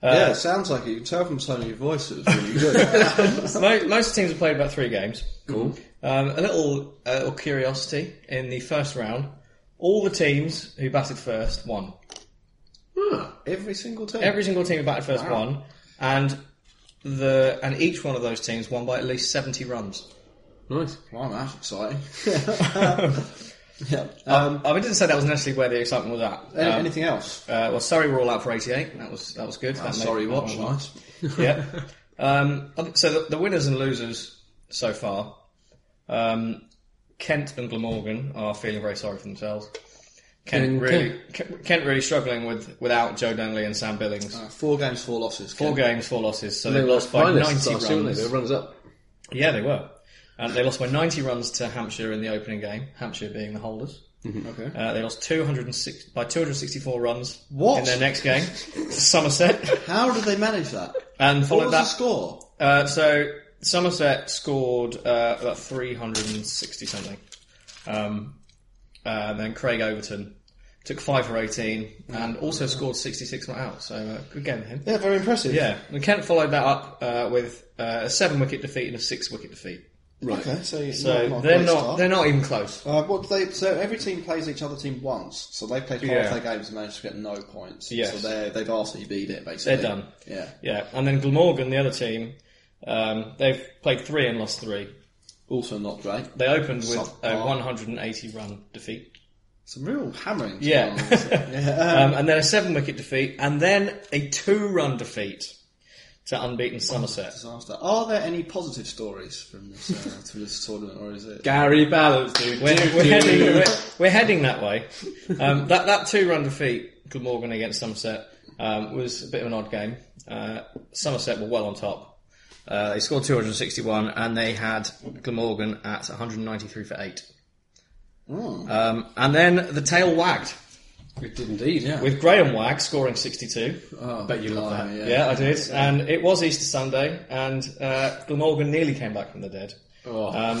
Speaker 7: Uh,
Speaker 4: yeah, it sounds like it. You can tell from the tone of your voice it was really good.
Speaker 6: most, most teams have played about three games.
Speaker 4: cool.
Speaker 6: Um, a little, uh, little curiosity in the first round, all the teams who batted first won.
Speaker 4: Every single team.
Speaker 6: Every single team who batted first won, and the and each one of those teams won by at least seventy runs.
Speaker 5: Nice.
Speaker 4: Blimey, Oh, that's exciting. yeah.
Speaker 6: Um, I didn't say that was necessarily where the excitement was at.
Speaker 4: Any-
Speaker 6: Um,
Speaker 4: anything else?
Speaker 6: Uh, well, Surrey were all out for 88. That was that was good. That made-
Speaker 4: Sorry,
Speaker 6: that
Speaker 4: watch.
Speaker 6: one won.
Speaker 4: Nice.
Speaker 6: yeah. Um, so the, the winners and losers so far, um, Kent and Glamorgan are feeling very sorry for themselves. Kent
Speaker 5: And
Speaker 6: really, Kent. really struggling with without Joe Dunley and Sam Billings.
Speaker 4: Four games, four losses.
Speaker 6: four
Speaker 4: Ken.
Speaker 6: games, four losses. So they, lost by
Speaker 5: finalists
Speaker 6: ninety
Speaker 5: last year, weren't
Speaker 6: runs.
Speaker 5: They were runners up.
Speaker 6: Yeah, they were. And they lost by 90 runs to Hampshire in the opening game. Hampshire being the holders.
Speaker 4: Okay.
Speaker 6: Uh, they lost 206 by 264 runs
Speaker 4: What?
Speaker 6: in their next game, Somerset,
Speaker 4: How did they manage that?
Speaker 6: and
Speaker 4: What
Speaker 6: followed
Speaker 4: was
Speaker 6: that
Speaker 4: the score?
Speaker 6: uh, so Somerset scored uh, about 360 something. Um, uh, and then Craig Overton took 5 for 18 and also scored 66 not out. So uh, good game for him.
Speaker 4: Yeah, very impressive.
Speaker 6: Yeah, and Kent followed that up uh, with uh, a 7 wicket defeat and a 6 wicket defeat.
Speaker 4: Right. Okay, so,
Speaker 6: So they're not they're not even close.
Speaker 4: Uh, what they so every team plays each other team once, so they played half
Speaker 6: Yeah.
Speaker 4: their games and managed to get no points.
Speaker 6: Yes.
Speaker 4: So they they've asked you beat it basically.
Speaker 6: They're done.
Speaker 4: Yeah.
Speaker 6: Yeah, and then Glamorgan, the other team, um, they've played three and lost three.
Speaker 4: Also not great.
Speaker 6: They opened with a
Speaker 4: Subpar.
Speaker 6: 180 run defeat.
Speaker 4: Some real hammering. to be
Speaker 6: Yeah.
Speaker 4: honest. yeah.
Speaker 6: Um, and then a seven wicket defeat, and then a two run defeat to unbeaten Somerset.
Speaker 4: Disaster. Are there any positive stories from this uh, from this tournament, or is it?
Speaker 5: Gary Balance, dude.
Speaker 6: We're, we're, heading, we're, we're heading that way. Um, that that two run defeat, Glamorgan against Somerset, um, was a bit of an odd game. Uh, Somerset were well on top. Uh, they scored 261 and they had Glamorgan at 193 for 8.
Speaker 5: Hmm.
Speaker 6: Um, and then the tail wagged
Speaker 5: It did indeed, yeah.
Speaker 6: with Graham Wagg scoring 62.
Speaker 4: Oh,
Speaker 5: bet you love
Speaker 4: blimey,
Speaker 5: that.
Speaker 4: Yeah.
Speaker 6: Yeah, I did. And it was Easter Sunday, and uh, Glamorgan nearly came back from the dead.
Speaker 5: Oh.
Speaker 6: Um,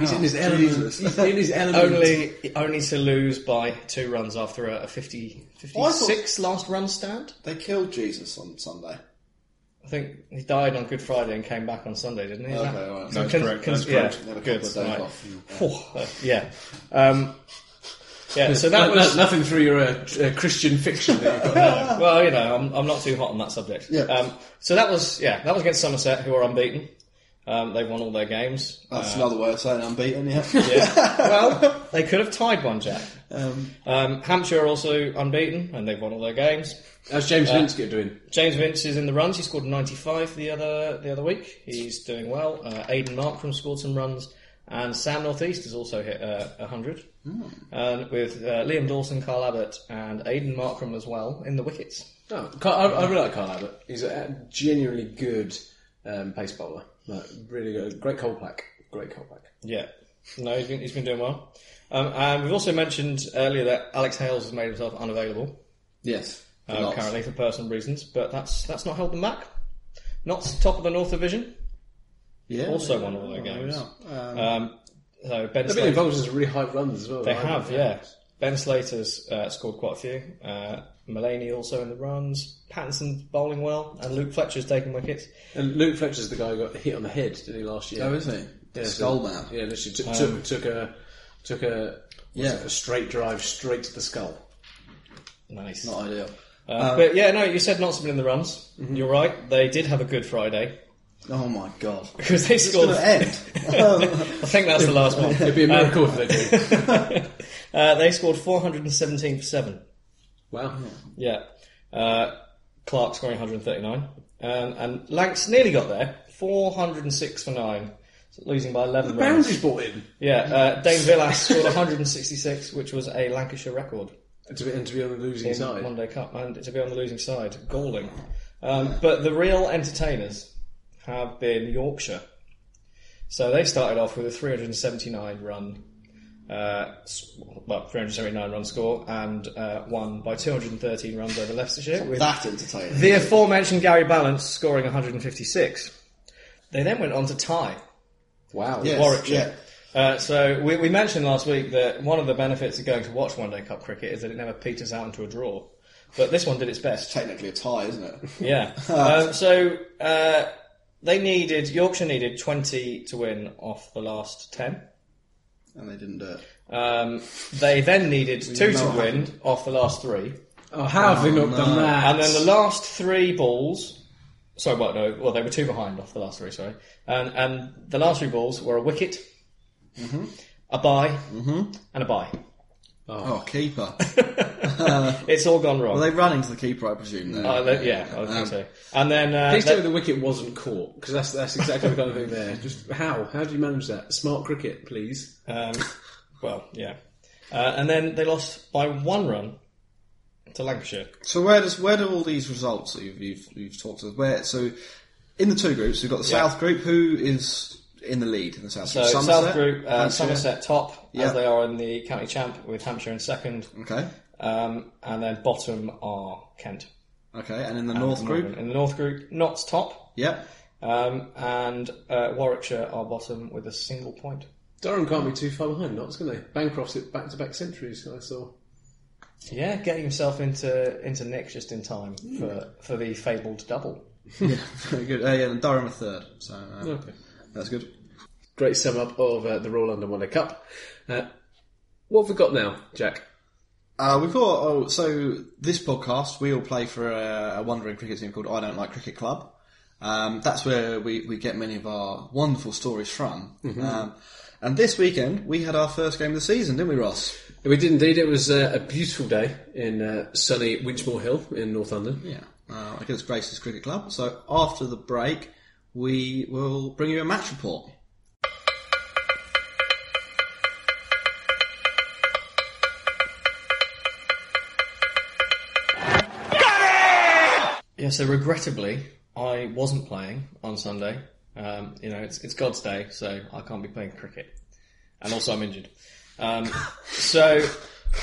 Speaker 5: He's in his element.
Speaker 4: Jesus.
Speaker 5: He's in his element.
Speaker 6: only only to lose by two runs after a, a 50, 56 last run stand.
Speaker 4: They killed Jesus on Sunday.
Speaker 6: I think he died on Good Friday and came back on Sunday, didn't he? Is
Speaker 4: Okay,
Speaker 6: that-
Speaker 4: all right.
Speaker 6: so
Speaker 7: That's
Speaker 6: cons-
Speaker 7: correct,
Speaker 6: cons-
Speaker 7: that's
Speaker 6: yeah,
Speaker 7: correct.
Speaker 4: They had a
Speaker 6: good.
Speaker 4: couple of days
Speaker 6: right.
Speaker 4: off.
Speaker 6: Phew, uh, yeah. Um, yeah, so that
Speaker 5: Like, no-
Speaker 6: was. uh,
Speaker 5: nothing through your uh, uh, Christian fiction that you've got there.
Speaker 6: Well, you know, I'm, I'm not too hot on that subject.
Speaker 4: Yeah.
Speaker 6: Um, so that was, yeah, that was against Somerset, who are unbeaten. Um, they've won all their games.
Speaker 4: That's another way of saying unbeaten. Yeah.
Speaker 6: well, they could have tied one, Jack.
Speaker 4: Um,
Speaker 6: Um, Hampshire are also unbeaten, and they've won all their games.
Speaker 5: How's James Linsky doing?
Speaker 6: James Vince is in the runs. He scored 95 the other the other week. He's doing well. Uh, Aidan Markram scored some runs, and Sam Northeast has also hit uh, 100. Um, with uh, Liam Dawson, Carl Abbott, and Aidan Markram as well in the wickets.
Speaker 5: No, Carl- Oh, I, I really like Carl Abbott. He's a genuinely good um, pace bowler. Like, really good. Great cold pack. Great cold pack.
Speaker 6: Yeah, no, he's been, he's been doing well. Um, and we've also mentioned earlier that Alex Hales has made himself unavailable.
Speaker 4: yes.
Speaker 6: uh,
Speaker 4: Lots.
Speaker 6: currently for personal reasons, but that's that's not held them back. Not top of the North Division,
Speaker 4: Yeah.
Speaker 6: also won all their games.
Speaker 4: yeah. Um,
Speaker 6: Um, so Ben
Speaker 5: They've been
Speaker 6: Slater,
Speaker 5: involved in some really high runs as well.
Speaker 6: they
Speaker 5: right?
Speaker 6: have, yeah. Ben Slater's uh, scored quite a few. Uh, Mullaney also in the runs. Pattinson's bowling well, and Luke Fletcher's taking wickets.
Speaker 5: And Luke Fletcher's the guy who got hit on the head, didn't he, last year?
Speaker 4: oh, is he? The
Speaker 5: so-
Speaker 4: skull man.
Speaker 5: Yeah, literally took,
Speaker 6: Um,
Speaker 5: took, took a took a,
Speaker 4: Yeah.
Speaker 5: a straight drive straight to the skull.
Speaker 6: Nice.
Speaker 4: Not Mm-hmm. ideal.
Speaker 6: Uh, but yeah, no, you said Notts have been in the runs. You're right. They did have a good Friday
Speaker 4: Oh my god.
Speaker 6: because they
Speaker 4: It's
Speaker 6: scored.
Speaker 4: gonna end.
Speaker 6: I think that's the last one.
Speaker 5: It'd be a miracle if they did.
Speaker 6: Uh, they scored 417 for seven.
Speaker 5: Wow.
Speaker 6: Yeah. Uh, Clark scoring 139. Um, and Lanks nearly got there. 406 for 9. so losing by 11 runs.
Speaker 5: Boundaries bought in.
Speaker 6: Yeah. Uh, Dane Villas scored 166, which was a Lancashire record
Speaker 5: To be, and to be on the losing
Speaker 6: in
Speaker 5: side.
Speaker 6: One Day Cup. And to be on the losing side. Galling. Um, but the real entertainers have been Yorkshire. So they started off with a 379 run. Uh, s- well, 379 run score and uh, won by 213 runs over Leicestershire with
Speaker 4: that entertaining.
Speaker 6: the aforementioned Gary Balance scoring 156. They then went on to tie
Speaker 5: Wow.
Speaker 4: Yes,
Speaker 6: Warwickshire.
Speaker 4: yeah.
Speaker 6: Uh, so we, we mentioned last week that one of the benefits of going to watch One Day Cup cricket is that it never peters out into a draw. But this one did its best.
Speaker 4: Technically a tie, isn't it?
Speaker 6: Yeah. um, so uh, they needed Yorkshire needed twenty to win off the last ten.
Speaker 4: And they didn't do it.
Speaker 6: Um, they then needed two to
Speaker 4: know what
Speaker 6: win off the last three,
Speaker 5: Oh, how have they not done that?
Speaker 6: and then the last three balls. Sorry, what? No, well they were two behind off the last three. Sorry, and and the last three balls were a wicket,
Speaker 4: Mm-hmm.
Speaker 6: a bye, and a bye.
Speaker 4: Oh, keeper.
Speaker 6: It's all gone wrong.
Speaker 4: Well, they Um, run into the keeper, I presume. There.
Speaker 6: Uh, they- yeah, I would think so. And then uh,
Speaker 5: Please
Speaker 6: they-
Speaker 5: tell me the wicket wasn't caught because that's that's exactly the kind of thing there. Just how how do you manage that? Smart cricket, please.
Speaker 6: Um, well, yeah. Uh, and then they lost by one run to Lancashire.
Speaker 4: So where does where do all these results that you've you've, you've talked of where so in the two groups we've got the
Speaker 6: Yeah.
Speaker 4: South group who is in the lead in the South
Speaker 6: So
Speaker 4: group
Speaker 6: South Group, uh,
Speaker 4: Hampshire.
Speaker 6: Somerset top,
Speaker 4: Yeah.
Speaker 6: as they are in the county champ, with Hampshire in second.
Speaker 4: Okay,
Speaker 6: Um, and then bottom are Kent.
Speaker 4: okay, and in the North group,
Speaker 6: In the North Group, Notts top.
Speaker 4: yeah,
Speaker 6: Um, and uh, Warwickshire are bottom with a single point.
Speaker 5: Durham can't be too far behind, not can they? Bancroft's it back to back centuries. I saw.
Speaker 6: Yeah, getting himself into into Nick just in time for, for the fabled double.
Speaker 4: very good. Uh, yeah, and Durham are third, so uh, that's good.
Speaker 5: Great sum up of uh, the Royal London One Day Cup. Uh, what have we got now, Jack?
Speaker 4: Uh, we've got oh, so this podcast we all play for a, a wandering cricket team called I Don't Like Cricket Club. Um, that's where we, we get many of our wonderful stories from.
Speaker 6: Mm-hmm.
Speaker 4: Um, and this weekend we had our first game of the season, didn't we, Ross?
Speaker 5: We did indeed. It was uh, a beautiful day in uh, sunny Winchmore Hill in North London.
Speaker 4: Yeah, uh, against Grace's Cricket Club. So after the break, we will bring you a match report.
Speaker 6: Yeah, so regrettably, I wasn't playing on Sunday. Um, you know, it's, it's God's day, so I can't be playing cricket. And also, I'm injured. Um, so,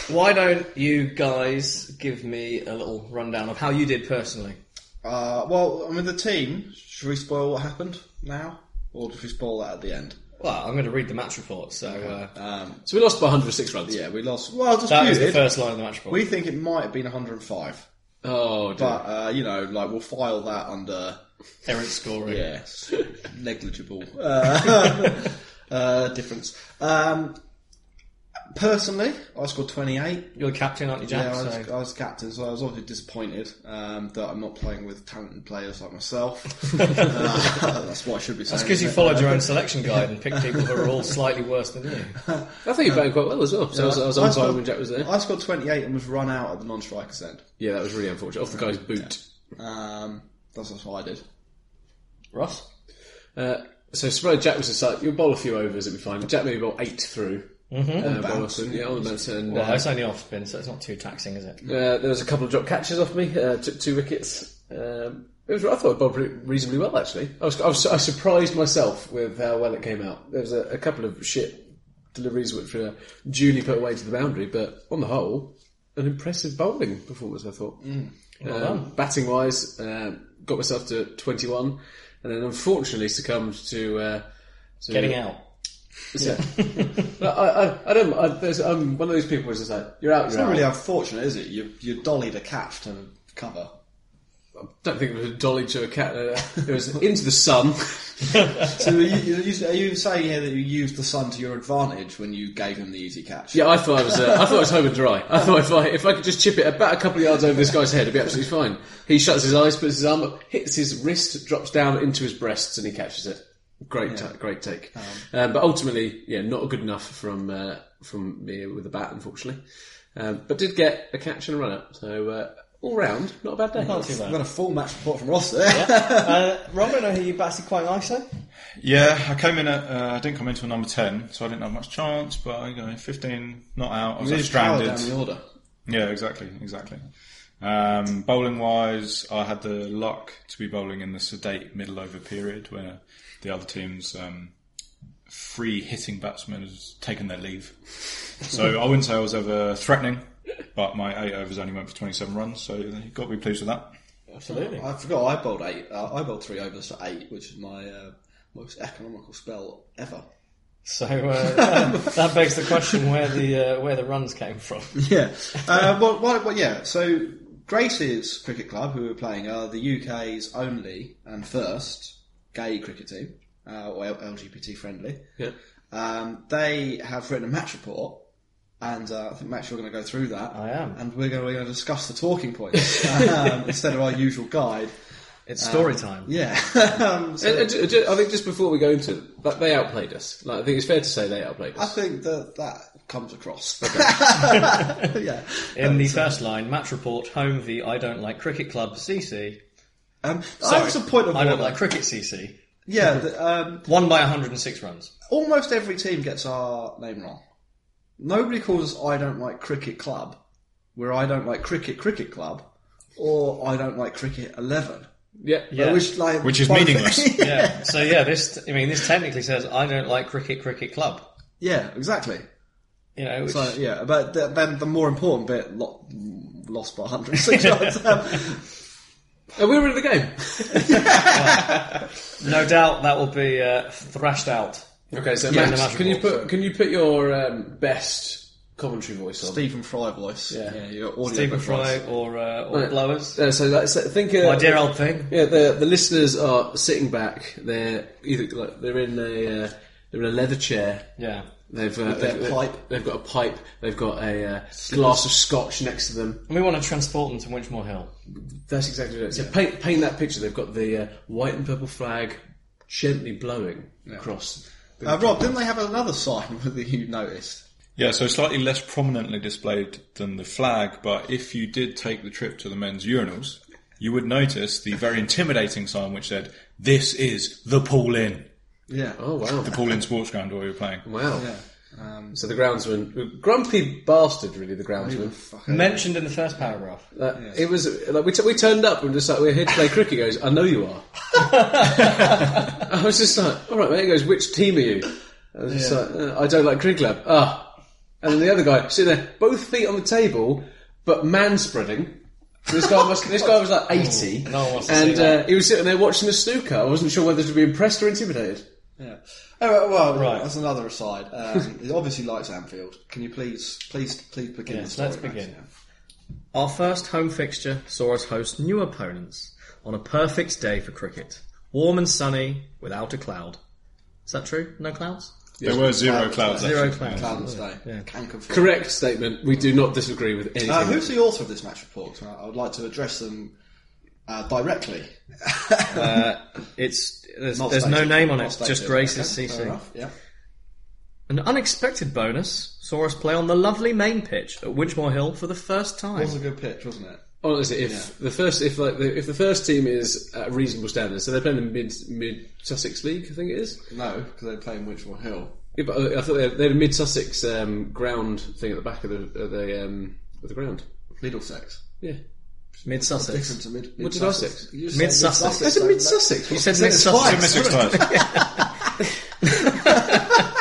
Speaker 6: why don't you guys give me a little rundown of how you did personally?
Speaker 4: Uh, well, I mean, the team, should we spoil what happened now? Or should we spoil that at the end?
Speaker 6: Well, I'm going to read the match report, so uh,
Speaker 5: Um, So we lost by 106 runs.
Speaker 4: Yeah, we lost. Well, just
Speaker 6: that is the
Speaker 4: disputed.
Speaker 6: first line of the match report.
Speaker 4: we think it might have been 105.
Speaker 5: Oh, dear.
Speaker 4: But, uh, you know, like, we'll file that under,
Speaker 6: Errant scoring.
Speaker 4: yeah, s- negligible uh, uh, difference. Um, personally, I scored 28.
Speaker 6: You're the captain, aren't you, Jack?
Speaker 4: Yeah, I was,
Speaker 6: so.
Speaker 4: I was captain, so I was obviously disappointed um, that I'm not playing with talented players like myself. Uh, that's what I should be saying.
Speaker 6: That's because
Speaker 4: isn't
Speaker 6: you
Speaker 4: it?
Speaker 6: followed your own selection guide and picked people who are all slightly worse than you.
Speaker 5: I think you batted quite well as well. So I was, I was on time
Speaker 4: scored-
Speaker 5: when Jack was there.
Speaker 4: I scored 28 and was run out at the non-striker's end.
Speaker 5: yeah, that was really unfortunate. Off the guy's boot.
Speaker 4: Um, that's, that's what I did.
Speaker 6: Ross?
Speaker 5: Uh, so Spread Jack was just like, you'll bowl a few overs, it'll be fine. Jack maybe bowled eight through. Mm-hmm. Uh, bounce. Yeah, on the bounce. And,
Speaker 6: Well,
Speaker 5: uh,
Speaker 6: it's only off spin, so it's not too taxing, is it?
Speaker 5: Uh, there was a couple of drop catches off me, uh, took two wickets. Um, it was, I thought it bowled pretty- reasonably well, actually. I was, I was I surprised myself with how well it came out. There was a, a couple of shit deliveries which were duly put away to the boundary, but on the whole, an impressive bowling performance, I thought. um, batting wise, um got myself to 21, and then unfortunately succumbed to. Uh, to
Speaker 6: Getting out.
Speaker 5: Yeah. I, I, I don't. I, there's, I'm one of those people who's just like, you're out, you're
Speaker 4: It's not
Speaker 5: out.
Speaker 4: really unfortunate, is it? You you dollied a catch to cover.
Speaker 5: don't think it was a dolly to a cat. Uh, it was into the sun.
Speaker 4: So are you, you- are you saying here that you used the sun to your advantage when you gave him the easy catch?
Speaker 5: yeah, I thought I was. Uh, I thought I was home and dry. I thought if I if I could just chip it about a couple of yards over this guy's head, it'd be absolutely fine. He shuts his eyes, puts his arm up, hits his wrist, drops down into his breasts, and he catches it. Great, ta- great take. Um, but ultimately, yeah, not good enough from uh, from me with the bat, unfortunately. Um, but did get a catch and a run up. So uh, all round, not a bad day.
Speaker 6: Not too bad.
Speaker 4: We've got a full match report from Ross there.
Speaker 6: Uh, Robin, I hear you batted quite nicely.
Speaker 7: Yeah, I came in at, uh, I didn't come in until number 10, so I didn't have much chance, but I go 15, not out, I was
Speaker 4: You
Speaker 7: like,
Speaker 4: did power
Speaker 7: stranded.
Speaker 4: down the order.
Speaker 7: Yeah, exactly, exactly. Um, bowling wise, I had the luck to be bowling in the sedate middle over period where the other team's um, free hitting batsman has taken their leave. So I wouldn't say I was ever threatening, but my eight overs only went for 27 runs, so you've got to be pleased with that.
Speaker 6: Absolutely.
Speaker 4: I forgot I bowled eight. Uh, I bowled three overs to eight, which is my uh, most economical spell ever.
Speaker 6: So uh, that begs the question where the uh, where the runs came from.
Speaker 4: Yeah. Uh, well, well, well, yeah. So Grace's cricket club, who we're playing, are the UK's only and first gay cricket team, uh, or L- LGBT friendly.
Speaker 5: Yeah.
Speaker 4: Um, they have written a match report, and uh, I think Max, you're going to go through that.
Speaker 6: I am.
Speaker 4: and we're going, we're going to discuss the talking points um, instead of our usual guide.
Speaker 6: It's story time.
Speaker 4: Yeah. um, so
Speaker 5: And, and Uh, ju- ju- I think just before we go into it, that they outplayed us. Like, I think it's fair to say they outplayed
Speaker 4: I
Speaker 5: us.
Speaker 4: think that that comes across. yeah.
Speaker 6: In the first line, match report, home v I don't like cricket club CC.
Speaker 4: Um,
Speaker 6: Sorry,
Speaker 4: that's a point of
Speaker 6: I don't
Speaker 4: order.
Speaker 6: like cricket CC.
Speaker 4: yeah. The, um,
Speaker 6: Won by 106 runs.
Speaker 4: almost every team gets our name wrong. Nobody calls us I don't like cricket club, where I don't like cricket cricket club, or I don't like cricket eleven.
Speaker 5: Yeah.
Speaker 6: Yeah.
Speaker 4: Which like
Speaker 7: Which is
Speaker 4: both-
Speaker 7: meaningless.
Speaker 6: Yeah. so yeah, this I mean this technically says I don't like cricket cricket club.
Speaker 4: yeah, exactly.
Speaker 6: You know, which,
Speaker 4: So yeah, but th- then the more important bit lo- lost by hundred six yards. Um,
Speaker 5: And we were in the game.
Speaker 6: no doubt that will be uh, thrashed out.
Speaker 5: Okay, so
Speaker 6: Yeah,
Speaker 5: Max,
Speaker 6: the
Speaker 5: can you
Speaker 6: magical,
Speaker 5: put can you put your um, best commentary voice on?
Speaker 4: Stephen Fry voice.
Speaker 5: Yeah.
Speaker 4: your audio
Speaker 6: Stephen
Speaker 4: book voice.
Speaker 6: Fry or uh, or
Speaker 5: Right.
Speaker 6: blowers.
Speaker 5: Uh, so, like, so think, uh,
Speaker 6: My dear old thing.
Speaker 5: Yeah, the the listeners are sitting back. They're either like, they're in a uh, they're in a leather chair.
Speaker 6: Yeah.
Speaker 5: They've, uh,
Speaker 4: their
Speaker 5: they've,
Speaker 4: pipe.
Speaker 5: they've got a pipe. They've got a uh, glass of scotch next to them.
Speaker 6: And we want to transport them to Winchmore Hill.
Speaker 5: That's exactly right. So paint paint that picture. They've got the uh, white and purple flag gently blowing across.
Speaker 4: Uh, Rob, didn't they have another sign that you noticed?
Speaker 7: Yeah, so slightly less prominently displayed than the flag, but if you did take the trip to the men's urinals, you would notice the very intimidating sign which said, This is the Paul Inn.
Speaker 4: Yeah.
Speaker 5: Oh wow,
Speaker 7: The Paul Inn Sports Ground where we were playing.
Speaker 5: wow.
Speaker 4: Yeah.
Speaker 5: So the groundsman, grumpy bastard, really. The groundsman.
Speaker 6: Mentioned in the first paragraph.
Speaker 5: Uh, It was like we, t- we turned up and just like we're here to play cricket. He goes, I know you are. I was just like, all right, mate. He goes, which team are you? I was just like, uh, I don't like cricket club. Ah, and then the other guy sitting there, both feet on the table, but man spreading. This guy must. this guy was like eighty,
Speaker 6: No one wants to see
Speaker 5: and uh,
Speaker 6: that.
Speaker 5: he was sitting there watching the snooker. I wasn't sure whether to be impressed or intimidated.
Speaker 4: Yeah. Oh, well,
Speaker 6: Right.
Speaker 4: That's another aside. Um, he obviously likes Anfield. Can you please, please, please begin
Speaker 6: Yes,
Speaker 4: the story?
Speaker 6: let's
Speaker 4: Max?
Speaker 6: begin. Our first home fixture saw us host new opponents on a perfect day for cricket. Warm and sunny, without a cloud. Is that true? No clouds?
Speaker 7: There were zero clouds.
Speaker 6: Zero
Speaker 7: actually.
Speaker 6: clouds.
Speaker 4: Cloudless Day.
Speaker 6: Yeah.
Speaker 4: Can confirm.
Speaker 5: Correct statement. We do not disagree with anything.
Speaker 4: Uh, who's the author of this match report? Uh, I would like to address them uh, directly.
Speaker 6: It's there's,
Speaker 4: Not
Speaker 6: there's no
Speaker 4: stated.
Speaker 6: name on
Speaker 4: Not
Speaker 6: it,
Speaker 4: stated.
Speaker 6: just Grace's
Speaker 4: Okay, fair
Speaker 6: CC.
Speaker 4: enough, Yeah.
Speaker 6: An unexpected bonus saw us play on the lovely main pitch at Winchmore Hill for the first
Speaker 4: It
Speaker 6: time.
Speaker 4: was a good pitch, wasn't it?
Speaker 5: Honestly, if the first if like the, if the first team is at reasonable standards, so they're playing the mid mid Sussex league, I think it is.
Speaker 4: No, because they're playing Winchmore Hill.
Speaker 5: Yeah, but uh, I thought they had, they had a mid Sussex um, ground thing at the back of the of the, um, of the ground.
Speaker 4: Middlesex.
Speaker 5: Yeah,
Speaker 6: Mid Sussex.
Speaker 4: Different to mid,
Speaker 5: What did
Speaker 4: mid-Sussex.
Speaker 5: I say?
Speaker 4: You said
Speaker 6: Mid-Sussex. I
Speaker 5: that's a
Speaker 4: don't
Speaker 5: mid
Speaker 4: know.
Speaker 5: Sussex.
Speaker 6: You said mid Sussex.
Speaker 7: Six clouds.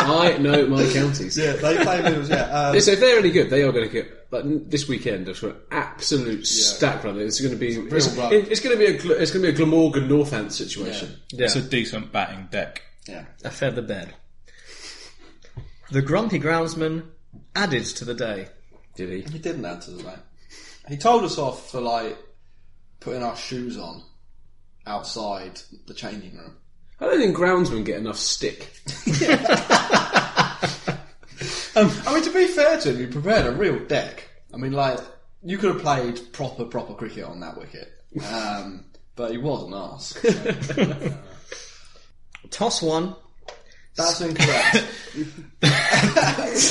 Speaker 5: I know my counties.
Speaker 4: Yeah, they play Middles, yeah. Um,
Speaker 5: So if they're any good, they are going to get like n- this weekend. It's an absolute stack run. It's going to be it's,
Speaker 4: run.
Speaker 5: it- it's going to be a gl- it's going to be a Glamorgan Northants situation.
Speaker 6: Yeah.
Speaker 7: It's a decent batting deck.
Speaker 4: yeah.
Speaker 6: a feather bed. The grumpy groundsman added to the day.
Speaker 5: Did he?
Speaker 4: He didn't answer the name. He told us off for like putting our shoes on outside the changing room.
Speaker 5: I don't think groundsmen get enough stick. Um,
Speaker 4: I mean, to be fair to him, he prepared a real deck. I mean, like you could have played proper, proper cricket on that wicket, um, but he was an arse.
Speaker 6: Toss one.
Speaker 4: That's incorrect.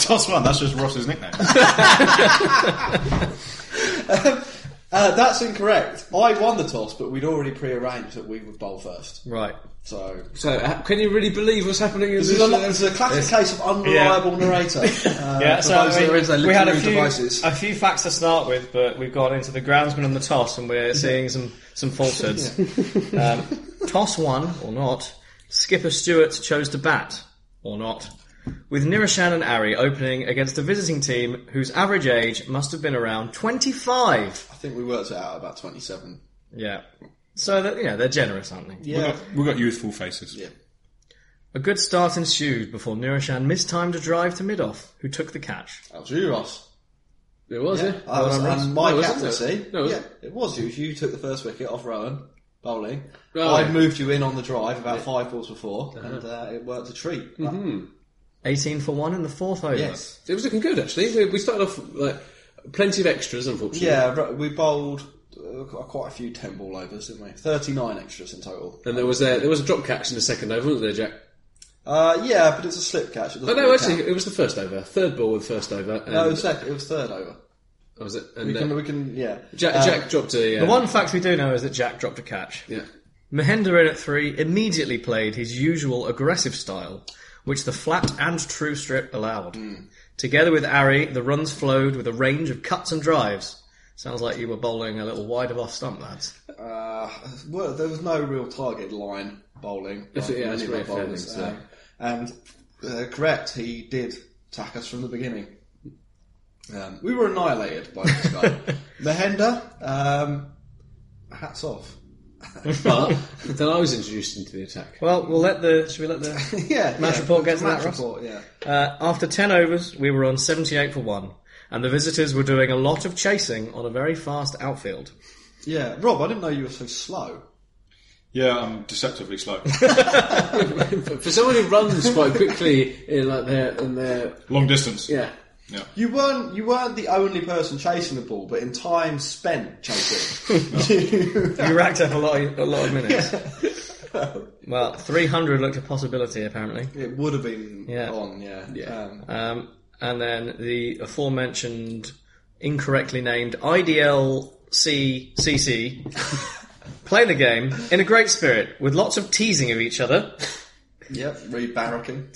Speaker 7: Toss one, that's just Ross's nickname.
Speaker 4: uh, that's incorrect. I won the toss, but we'd already prearranged that we would bowl first.
Speaker 6: Right.
Speaker 4: So
Speaker 5: So uh, can you really believe what's happening in
Speaker 4: this
Speaker 5: this?
Speaker 4: is a, this is a classic case of unreliable narrator. Uh, for those that are into their
Speaker 6: we had a
Speaker 4: literary
Speaker 6: few,
Speaker 4: devices.
Speaker 6: a few facts to start with, but we've gone into the groundsman and the toss, and we're seeing some, some falsehoods. um, toss one, or not. Skipper Stewart chose to bat, or not. With Nirishan and Ari opening against a visiting team whose average age must have been around 25.
Speaker 4: I think we worked it out about twenty-seven.
Speaker 6: Yeah. So, that, you know, they're generous, aren't they?
Speaker 7: We've got, we've got youthful faces.
Speaker 4: Yeah.
Speaker 6: A good start ensued before Nurishan mistimed a drive to mid-off, who took the catch.
Speaker 4: That was you, Ross.
Speaker 5: It was, yeah.
Speaker 4: That was um, my
Speaker 5: No, it wasn't,
Speaker 4: captaincy.
Speaker 5: No, it
Speaker 4: yeah,
Speaker 5: wasn't.
Speaker 4: it was you. You took the first wicket off Rowan bowling.
Speaker 5: Oh,
Speaker 4: I'd
Speaker 5: yeah.
Speaker 4: moved you in on the drive about five balls before, and uh, it worked a treat. But-
Speaker 6: 18 for 1 in the fourth over.
Speaker 4: Yes.
Speaker 5: It was looking good actually. We, we started off like plenty of extras, unfortunately.
Speaker 4: Yeah, ro- we bowled uh, qu- quite a few ten ball overs, didn't we? Thirty-nine extras in total.
Speaker 5: And there was a, there was a drop catch in the second over, wasn't there, Jack?
Speaker 4: Uh, yeah, but it's a slip catch. It
Speaker 5: Oh
Speaker 4: doesn't
Speaker 5: no,
Speaker 4: really
Speaker 5: actually,
Speaker 4: count.
Speaker 5: it was the first over, third ball with first over. And,
Speaker 4: no, it was, second, it was third over.
Speaker 5: oh, was it? And,
Speaker 4: We can,
Speaker 5: uh,
Speaker 4: we can, yeah.
Speaker 5: Jack,
Speaker 4: Uh,
Speaker 5: Jack dropped a. Uh,
Speaker 6: The one fact we do know is that Jack dropped a catch.
Speaker 5: Yeah.
Speaker 6: Mahendra in at three immediately played his usual aggressive style, which the flat and true strip allowed. Together with Ari, the runs flowed with a range of cuts and drives. Sounds like you were bowling a little wide of off stump, lads.
Speaker 4: Uh, well, there was no real target line bowling.
Speaker 5: That's
Speaker 4: like
Speaker 5: it, yeah,
Speaker 4: many of
Speaker 5: that's
Speaker 4: our
Speaker 5: right, fair
Speaker 4: bowlers,
Speaker 5: things, yeah.
Speaker 4: um, and uh, correct, he did attack us from the beginning. Um, we were annihilated by this guy. Mahender, um, hats off.
Speaker 5: but um, then I was introduced into the attack.
Speaker 6: Well, we'll let the. Should we let the.
Speaker 4: Yeah,
Speaker 6: Match
Speaker 4: yeah,
Speaker 6: report gets
Speaker 4: match
Speaker 6: that, Ross?
Speaker 4: report. Yeah,
Speaker 6: Uh, after 10 overs, we were on 78 for 1, and the visitors were doing a lot of chasing on a very fast outfield.
Speaker 4: yeah. Rob, I didn't know you were so slow.
Speaker 7: Yeah, I'm deceptively slow.
Speaker 5: For someone who runs quite quickly in like their in their
Speaker 7: Long distance.
Speaker 5: yeah.
Speaker 7: Yeah.
Speaker 4: You weren't. You weren't the only person chasing the ball, but in time spent chasing.
Speaker 6: You racked up a lot, of, a lot of minutes. Well, 300 looked a possibility apparently.
Speaker 4: it would have been
Speaker 6: Yeah.
Speaker 4: on. Yeah, Um,
Speaker 6: Um, and then the aforementioned, incorrectly named IDL CCC play the game in a great spirit with lots of teasing of each other.
Speaker 4: yep. Rebarracking.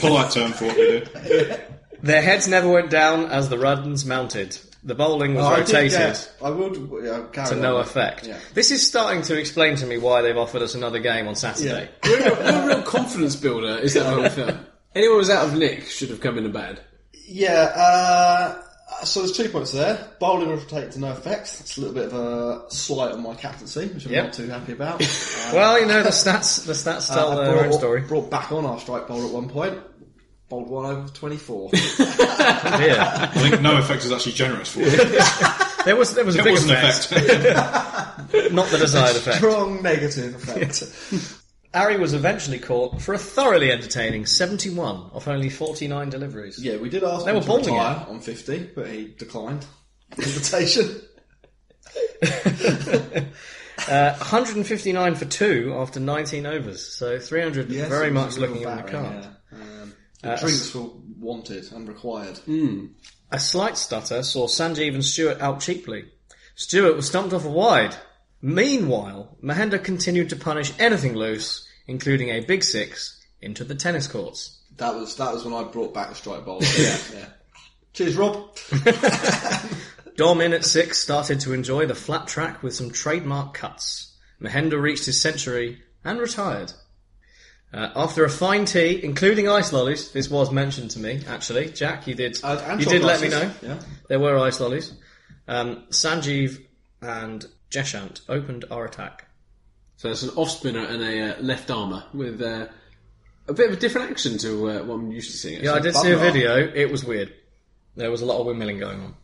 Speaker 7: Polite term for what we do.
Speaker 6: Their heads never went down as the runs mounted. The bowling was
Speaker 4: Oh, I did
Speaker 6: rotated.
Speaker 4: get- I would. Yeah, carry
Speaker 6: To
Speaker 4: on.
Speaker 6: no effect.
Speaker 4: Yeah.
Speaker 6: This is starting to explain to me why they've offered us another game on Saturday.
Speaker 5: We're a, we're a real confidence builder, is that what we felt? Anyone who was out of nick should have come in and batted.
Speaker 4: Yeah, uh, so there's two points there. Bowling will take to no effect. That's a little bit of a slight on my captaincy, which I'm
Speaker 6: Yep.
Speaker 4: not too happy about. Uh,
Speaker 6: Well, you know the stats. The stats tell
Speaker 4: I
Speaker 6: their
Speaker 4: brought,
Speaker 6: own story.
Speaker 4: Brought back on our strike bowler at one point. Bowled one over for 24.
Speaker 6: Yeah.
Speaker 7: I think no effect is actually generous for it.
Speaker 6: There was there was a
Speaker 7: It
Speaker 6: big
Speaker 7: was an
Speaker 6: effect,
Speaker 7: effect.
Speaker 6: not the desired effect.
Speaker 4: Strong negative effect.
Speaker 6: Ari was eventually caught for a thoroughly entertaining 71 off only 49 deliveries.
Speaker 4: Yeah, we did ask
Speaker 6: They
Speaker 4: him
Speaker 6: were
Speaker 4: to
Speaker 6: bowling
Speaker 4: retire on 50, but he declined. Invitation.
Speaker 6: 159 for two after 19 overs, so 300
Speaker 4: Yes,
Speaker 6: very
Speaker 4: it was
Speaker 6: much
Speaker 4: a real
Speaker 6: looking in the Uh,
Speaker 4: battering,
Speaker 6: card.
Speaker 4: yeah. Um, the drinks were wanted and required.
Speaker 6: A slight stutter saw Sanjeev and Stewart out cheaply. Stewart was stumped off a wide. Meanwhile, Mahender continued to punish anything loose, including a big six, into the tennis courts.
Speaker 4: That was that was when I brought back the strike bowler. yeah. Cheers, Rob.
Speaker 6: Dom in at six started to enjoy the flat track with some trademark cuts. Mahender reached his century and retired. Uh, after a fine tea, including ice lollies, this was mentioned to me actually. Jack, you did
Speaker 4: Uh, and
Speaker 6: you
Speaker 4: top
Speaker 6: did let me know
Speaker 4: glasses, yeah.
Speaker 6: there were ice lollies. Um, Sanjeev and Jeshant opened our attack.
Speaker 5: So it's an off spinner and a uh, left armour with uh, a bit of a different action to uh, what I'm used to seeing.
Speaker 6: Yeah, I
Speaker 5: actually.
Speaker 6: did see a
Speaker 4: bummer.
Speaker 6: video. It was weird. There was a lot of windmilling going on.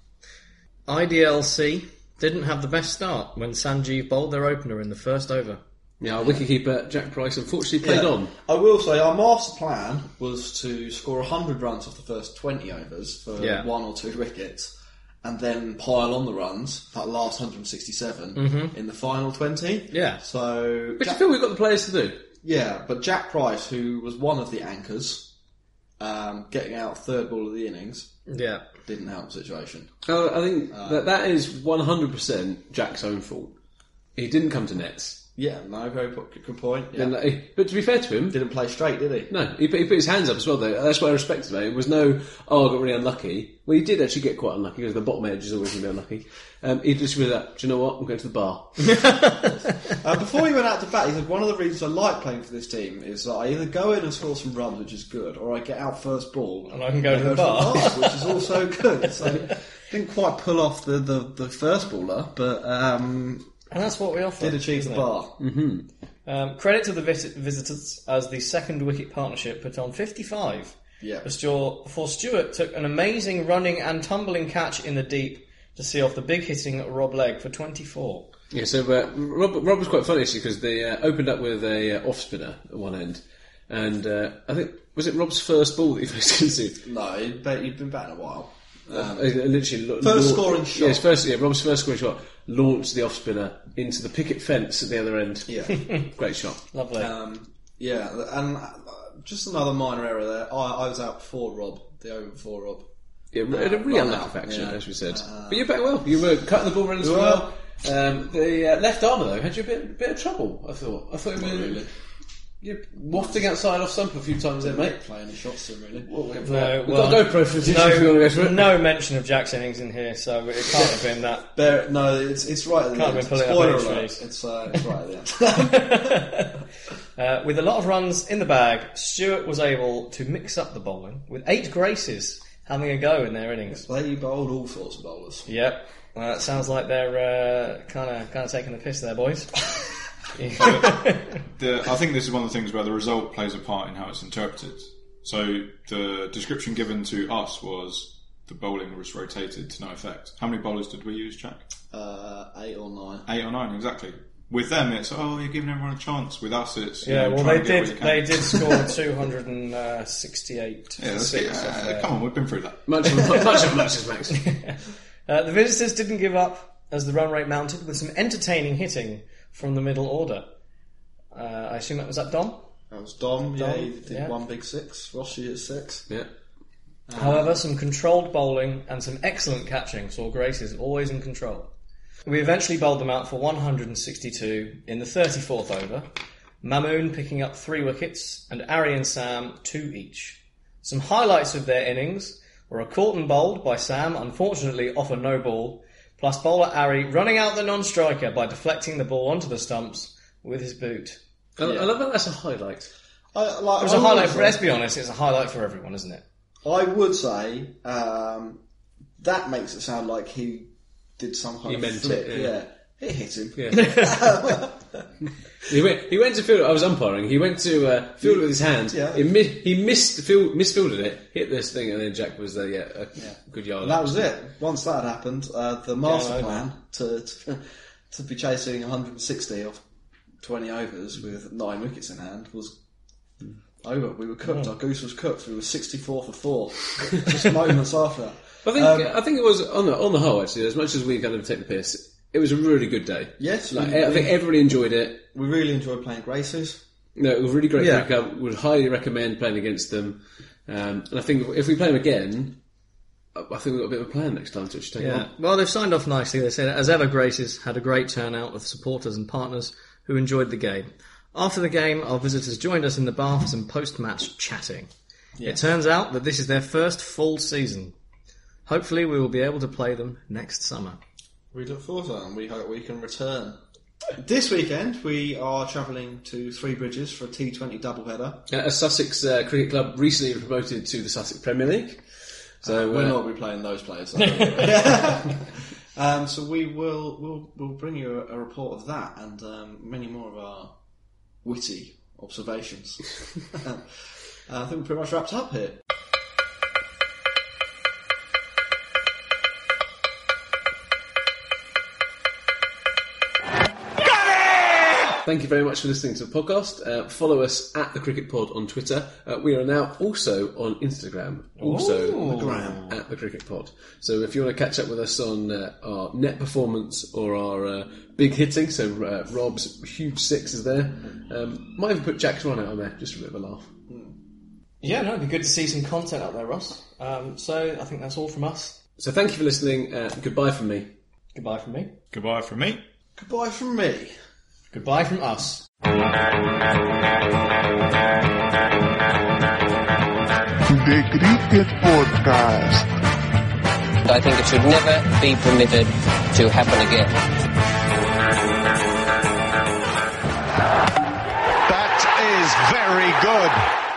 Speaker 6: IDLC didn't have the best start when Sanjeev bowled their opener in the first over.
Speaker 5: Yeah, our wicketkeeper Jack Price unfortunately played
Speaker 4: Yeah.
Speaker 5: on.
Speaker 4: I will say our master plan was to score 100 runs off the first 20 overs for
Speaker 6: Yeah.
Speaker 4: one or two wickets and then pile on the runs, that last 167, in the final 20.
Speaker 6: Mm-hmm. Yeah.
Speaker 4: So,
Speaker 5: Which I
Speaker 4: Jack-
Speaker 5: feel we've got the players to do.
Speaker 4: yeah, but Jack Price, who was one of the anchors, um, getting out third ball of the innings,
Speaker 6: Yeah.
Speaker 4: didn't help the situation.
Speaker 5: Oh, I think that that is 100% Jack's own fault. He didn't come to nets.
Speaker 4: Yeah, no, very po- good point. Yeah.
Speaker 5: And, like, but to be fair to him,
Speaker 4: Didn't play straight, did he?
Speaker 5: no, he put, he put his hands up as well. Though that's what I respected about it. It was no, oh, I got really unlucky. Well, he did actually get quite unlucky because the bottom edge is always going to be unlucky. Um, he just was like, do you know what? I'm going to the bar.
Speaker 4: Uh, before he went out to bat, he said, One of the reasons I like playing for this team is that I either go in and score some runs, which is good, or I get out first ball.
Speaker 6: And I can go to the bar."
Speaker 4: which is also good. So, didn't quite pull off the, the, the first baller, but um,
Speaker 6: And that's what we offer.
Speaker 4: did achieve the
Speaker 6: isn't it?
Speaker 4: bar.
Speaker 6: Um, credit to the visit- visitors as the second wicket partnership put on 55.
Speaker 4: Yeah.
Speaker 6: Before before Stewart took an amazing running and tumbling catch in the deep to see off the big hitting Rob Legg for 24.
Speaker 5: Yeah, so uh, Rob, Rob was quite funny actually because they uh, opened up with a uh, off spinner at one end, and uh, I think was it Rob's first ball that he faced into.
Speaker 4: No, he'd be- he'd been back in a while.
Speaker 5: Uh, literally, lo-
Speaker 4: First
Speaker 5: lo-
Speaker 4: scoring shot.
Speaker 5: Yes, first yeah, Rob's first scoring shot launched the off spinner into the picket fence at the other end.
Speaker 4: Yeah.
Speaker 5: great shot.
Speaker 6: Lovely.
Speaker 4: Um, yeah, and uh, just another minor error there. I, I was out before Rob, the over before Rob.
Speaker 5: Yeah, re- a really
Speaker 4: right
Speaker 5: unlucky
Speaker 4: now,
Speaker 5: faction,
Speaker 4: yeah. Uh,
Speaker 5: as we said. but you bet well. You were cutting the ball relatively well. Um, the uh, left armour though had you a bit, bit of trouble. I thought. I thought you were
Speaker 4: really.
Speaker 5: You're wafting outside off stump a few times there, mate.
Speaker 4: Playing the shots in really.
Speaker 6: No,
Speaker 5: We've got a GoPro for this if you want to go for it.
Speaker 6: no mention of Jack's innings in here, so it can't have been that.
Speaker 4: There, no, it's it's right at the
Speaker 6: Can't
Speaker 4: end.
Speaker 6: be pulling up
Speaker 4: Spoiler
Speaker 6: any
Speaker 4: alert!
Speaker 6: trees.
Speaker 4: It's, uh, it's right at the end.
Speaker 6: Uh, with a lot of runs in the bag, Stewart was able to mix up the bowling with eight graces having a go in their innings.
Speaker 4: they bowled all sorts of bowlers.
Speaker 6: Yep, well, that sounds like they're kind of kind of taking the piss there, boys.
Speaker 7: The, I think this is one of the things where the result plays a part in how it's interpreted. So the description given to us was the bowling was rotated to no effect. How many bowlers did we use, Jack?
Speaker 4: Uh, eight or nine.
Speaker 7: Eight or nine, exactly. With them, it's oh, you're giving everyone a chance. With us, it's you
Speaker 6: yeah,
Speaker 7: know,
Speaker 6: well they
Speaker 7: try and
Speaker 6: did
Speaker 7: get what
Speaker 6: they
Speaker 7: you can.
Speaker 6: did score two hundred and uh, sixty-eight.
Speaker 7: Yeah, that's it. Uh, come on, we've been through that.
Speaker 5: Much of much of much is Max.
Speaker 6: Uh, the visitors didn't give up as the run rate mounted with some entertaining hitting from the middle order. Uh, I assume that was that Dom.
Speaker 4: That was Dom. yeah, he did
Speaker 6: yeah.
Speaker 4: one big six. Rossi at six.
Speaker 5: Yeah.
Speaker 6: However, some controlled bowling and some excellent catching saw Grace is always in control. We eventually bowled them out for 162 in the 34th over, Mamoon picking up three wickets and Ari and Sam two each. Some highlights of their innings were a caught and bowled by Sam, unfortunately off a no ball, plus bowler Ari running out the non-striker by deflecting the ball onto the stumps with his boot.
Speaker 5: I, I love that that's a highlight.
Speaker 4: I, like,
Speaker 6: It was a highlight for, let's be honest, it's a highlight for everyone, isn't it?
Speaker 4: I would say um, that makes it sound like he did some kind
Speaker 5: He
Speaker 4: of
Speaker 5: meant
Speaker 4: flip.
Speaker 5: it,
Speaker 4: yeah.
Speaker 5: yeah.
Speaker 4: it hit him.
Speaker 5: He went, he went to field. I was umpiring. He went to uh, field with his hand.
Speaker 4: Yeah.
Speaker 5: He, mi- he missed field, misfielded it, hit this thing, and then Jack was there. Yeah, a good yard.
Speaker 4: And that was it. Once that had happened, uh, the master
Speaker 6: Yeah, I know.
Speaker 4: plan to, to to be chasing 160 off 20 overs with nine wickets in hand was over. We were cooked. Our goose was cooked. We were 64 for four. Just moments after that.
Speaker 5: I think I think it was on the on the whole actually. As much as we kind of take the piss, it was a really good day.
Speaker 4: Yes,
Speaker 5: like,
Speaker 4: we-
Speaker 5: I think everybody enjoyed it.
Speaker 4: We really enjoyed playing Graces.
Speaker 5: No, it was really great.
Speaker 4: Yeah.
Speaker 5: Yeah. would highly recommend playing against them. Um, and I think if, if we play them again, I I think we've got a bit of a plan next time to actually take it on.
Speaker 6: Well, they've signed off nicely. They said, as ever, Graces had a great turnout of supporters and partners who enjoyed the game. After the game, our visitors joined us in the bar for some post-match chatting. It turns out that this is their first full season. Hopefully, we will be able to play them next summer.
Speaker 4: We look forward to that and we hope we can return. This weekend, we are travelling to Three Bridges for a T20 doubleheader.
Speaker 5: Uh, as Sussex uh, Cricket Club recently promoted to the Sussex Premier League, so
Speaker 4: We're
Speaker 5: uh,
Speaker 4: not be playing those players. um, so we will we'll, we'll bring you a, a report of that and um, many more of our witty observations. Uh, I think we're pretty much wrapped up here.
Speaker 5: Thank you very much for listening to the podcast. Uh, follow us at the Cricket Pod on Twitter. Uh, we are now also on Instagram, also Gram at the Cricket Pod. So if you want to catch up with us on uh, our net performance or our uh, big hitting, so uh, Rob's huge six is there. Um, might even put Jack's run out on there, just for a bit of a laugh.
Speaker 6: Yeah, no, it'd be good to see some content out there, Ross. Um, so I think that's all from us.
Speaker 5: So thank you for listening. Uh, goodbye from me.
Speaker 6: Goodbye from me.
Speaker 7: Goodbye from me.
Speaker 4: Goodbye from me.
Speaker 6: Goodbye from us.
Speaker 1: The Cricket Podcast.
Speaker 2: I think it should never be permitted to happen again.
Speaker 3: That is very good.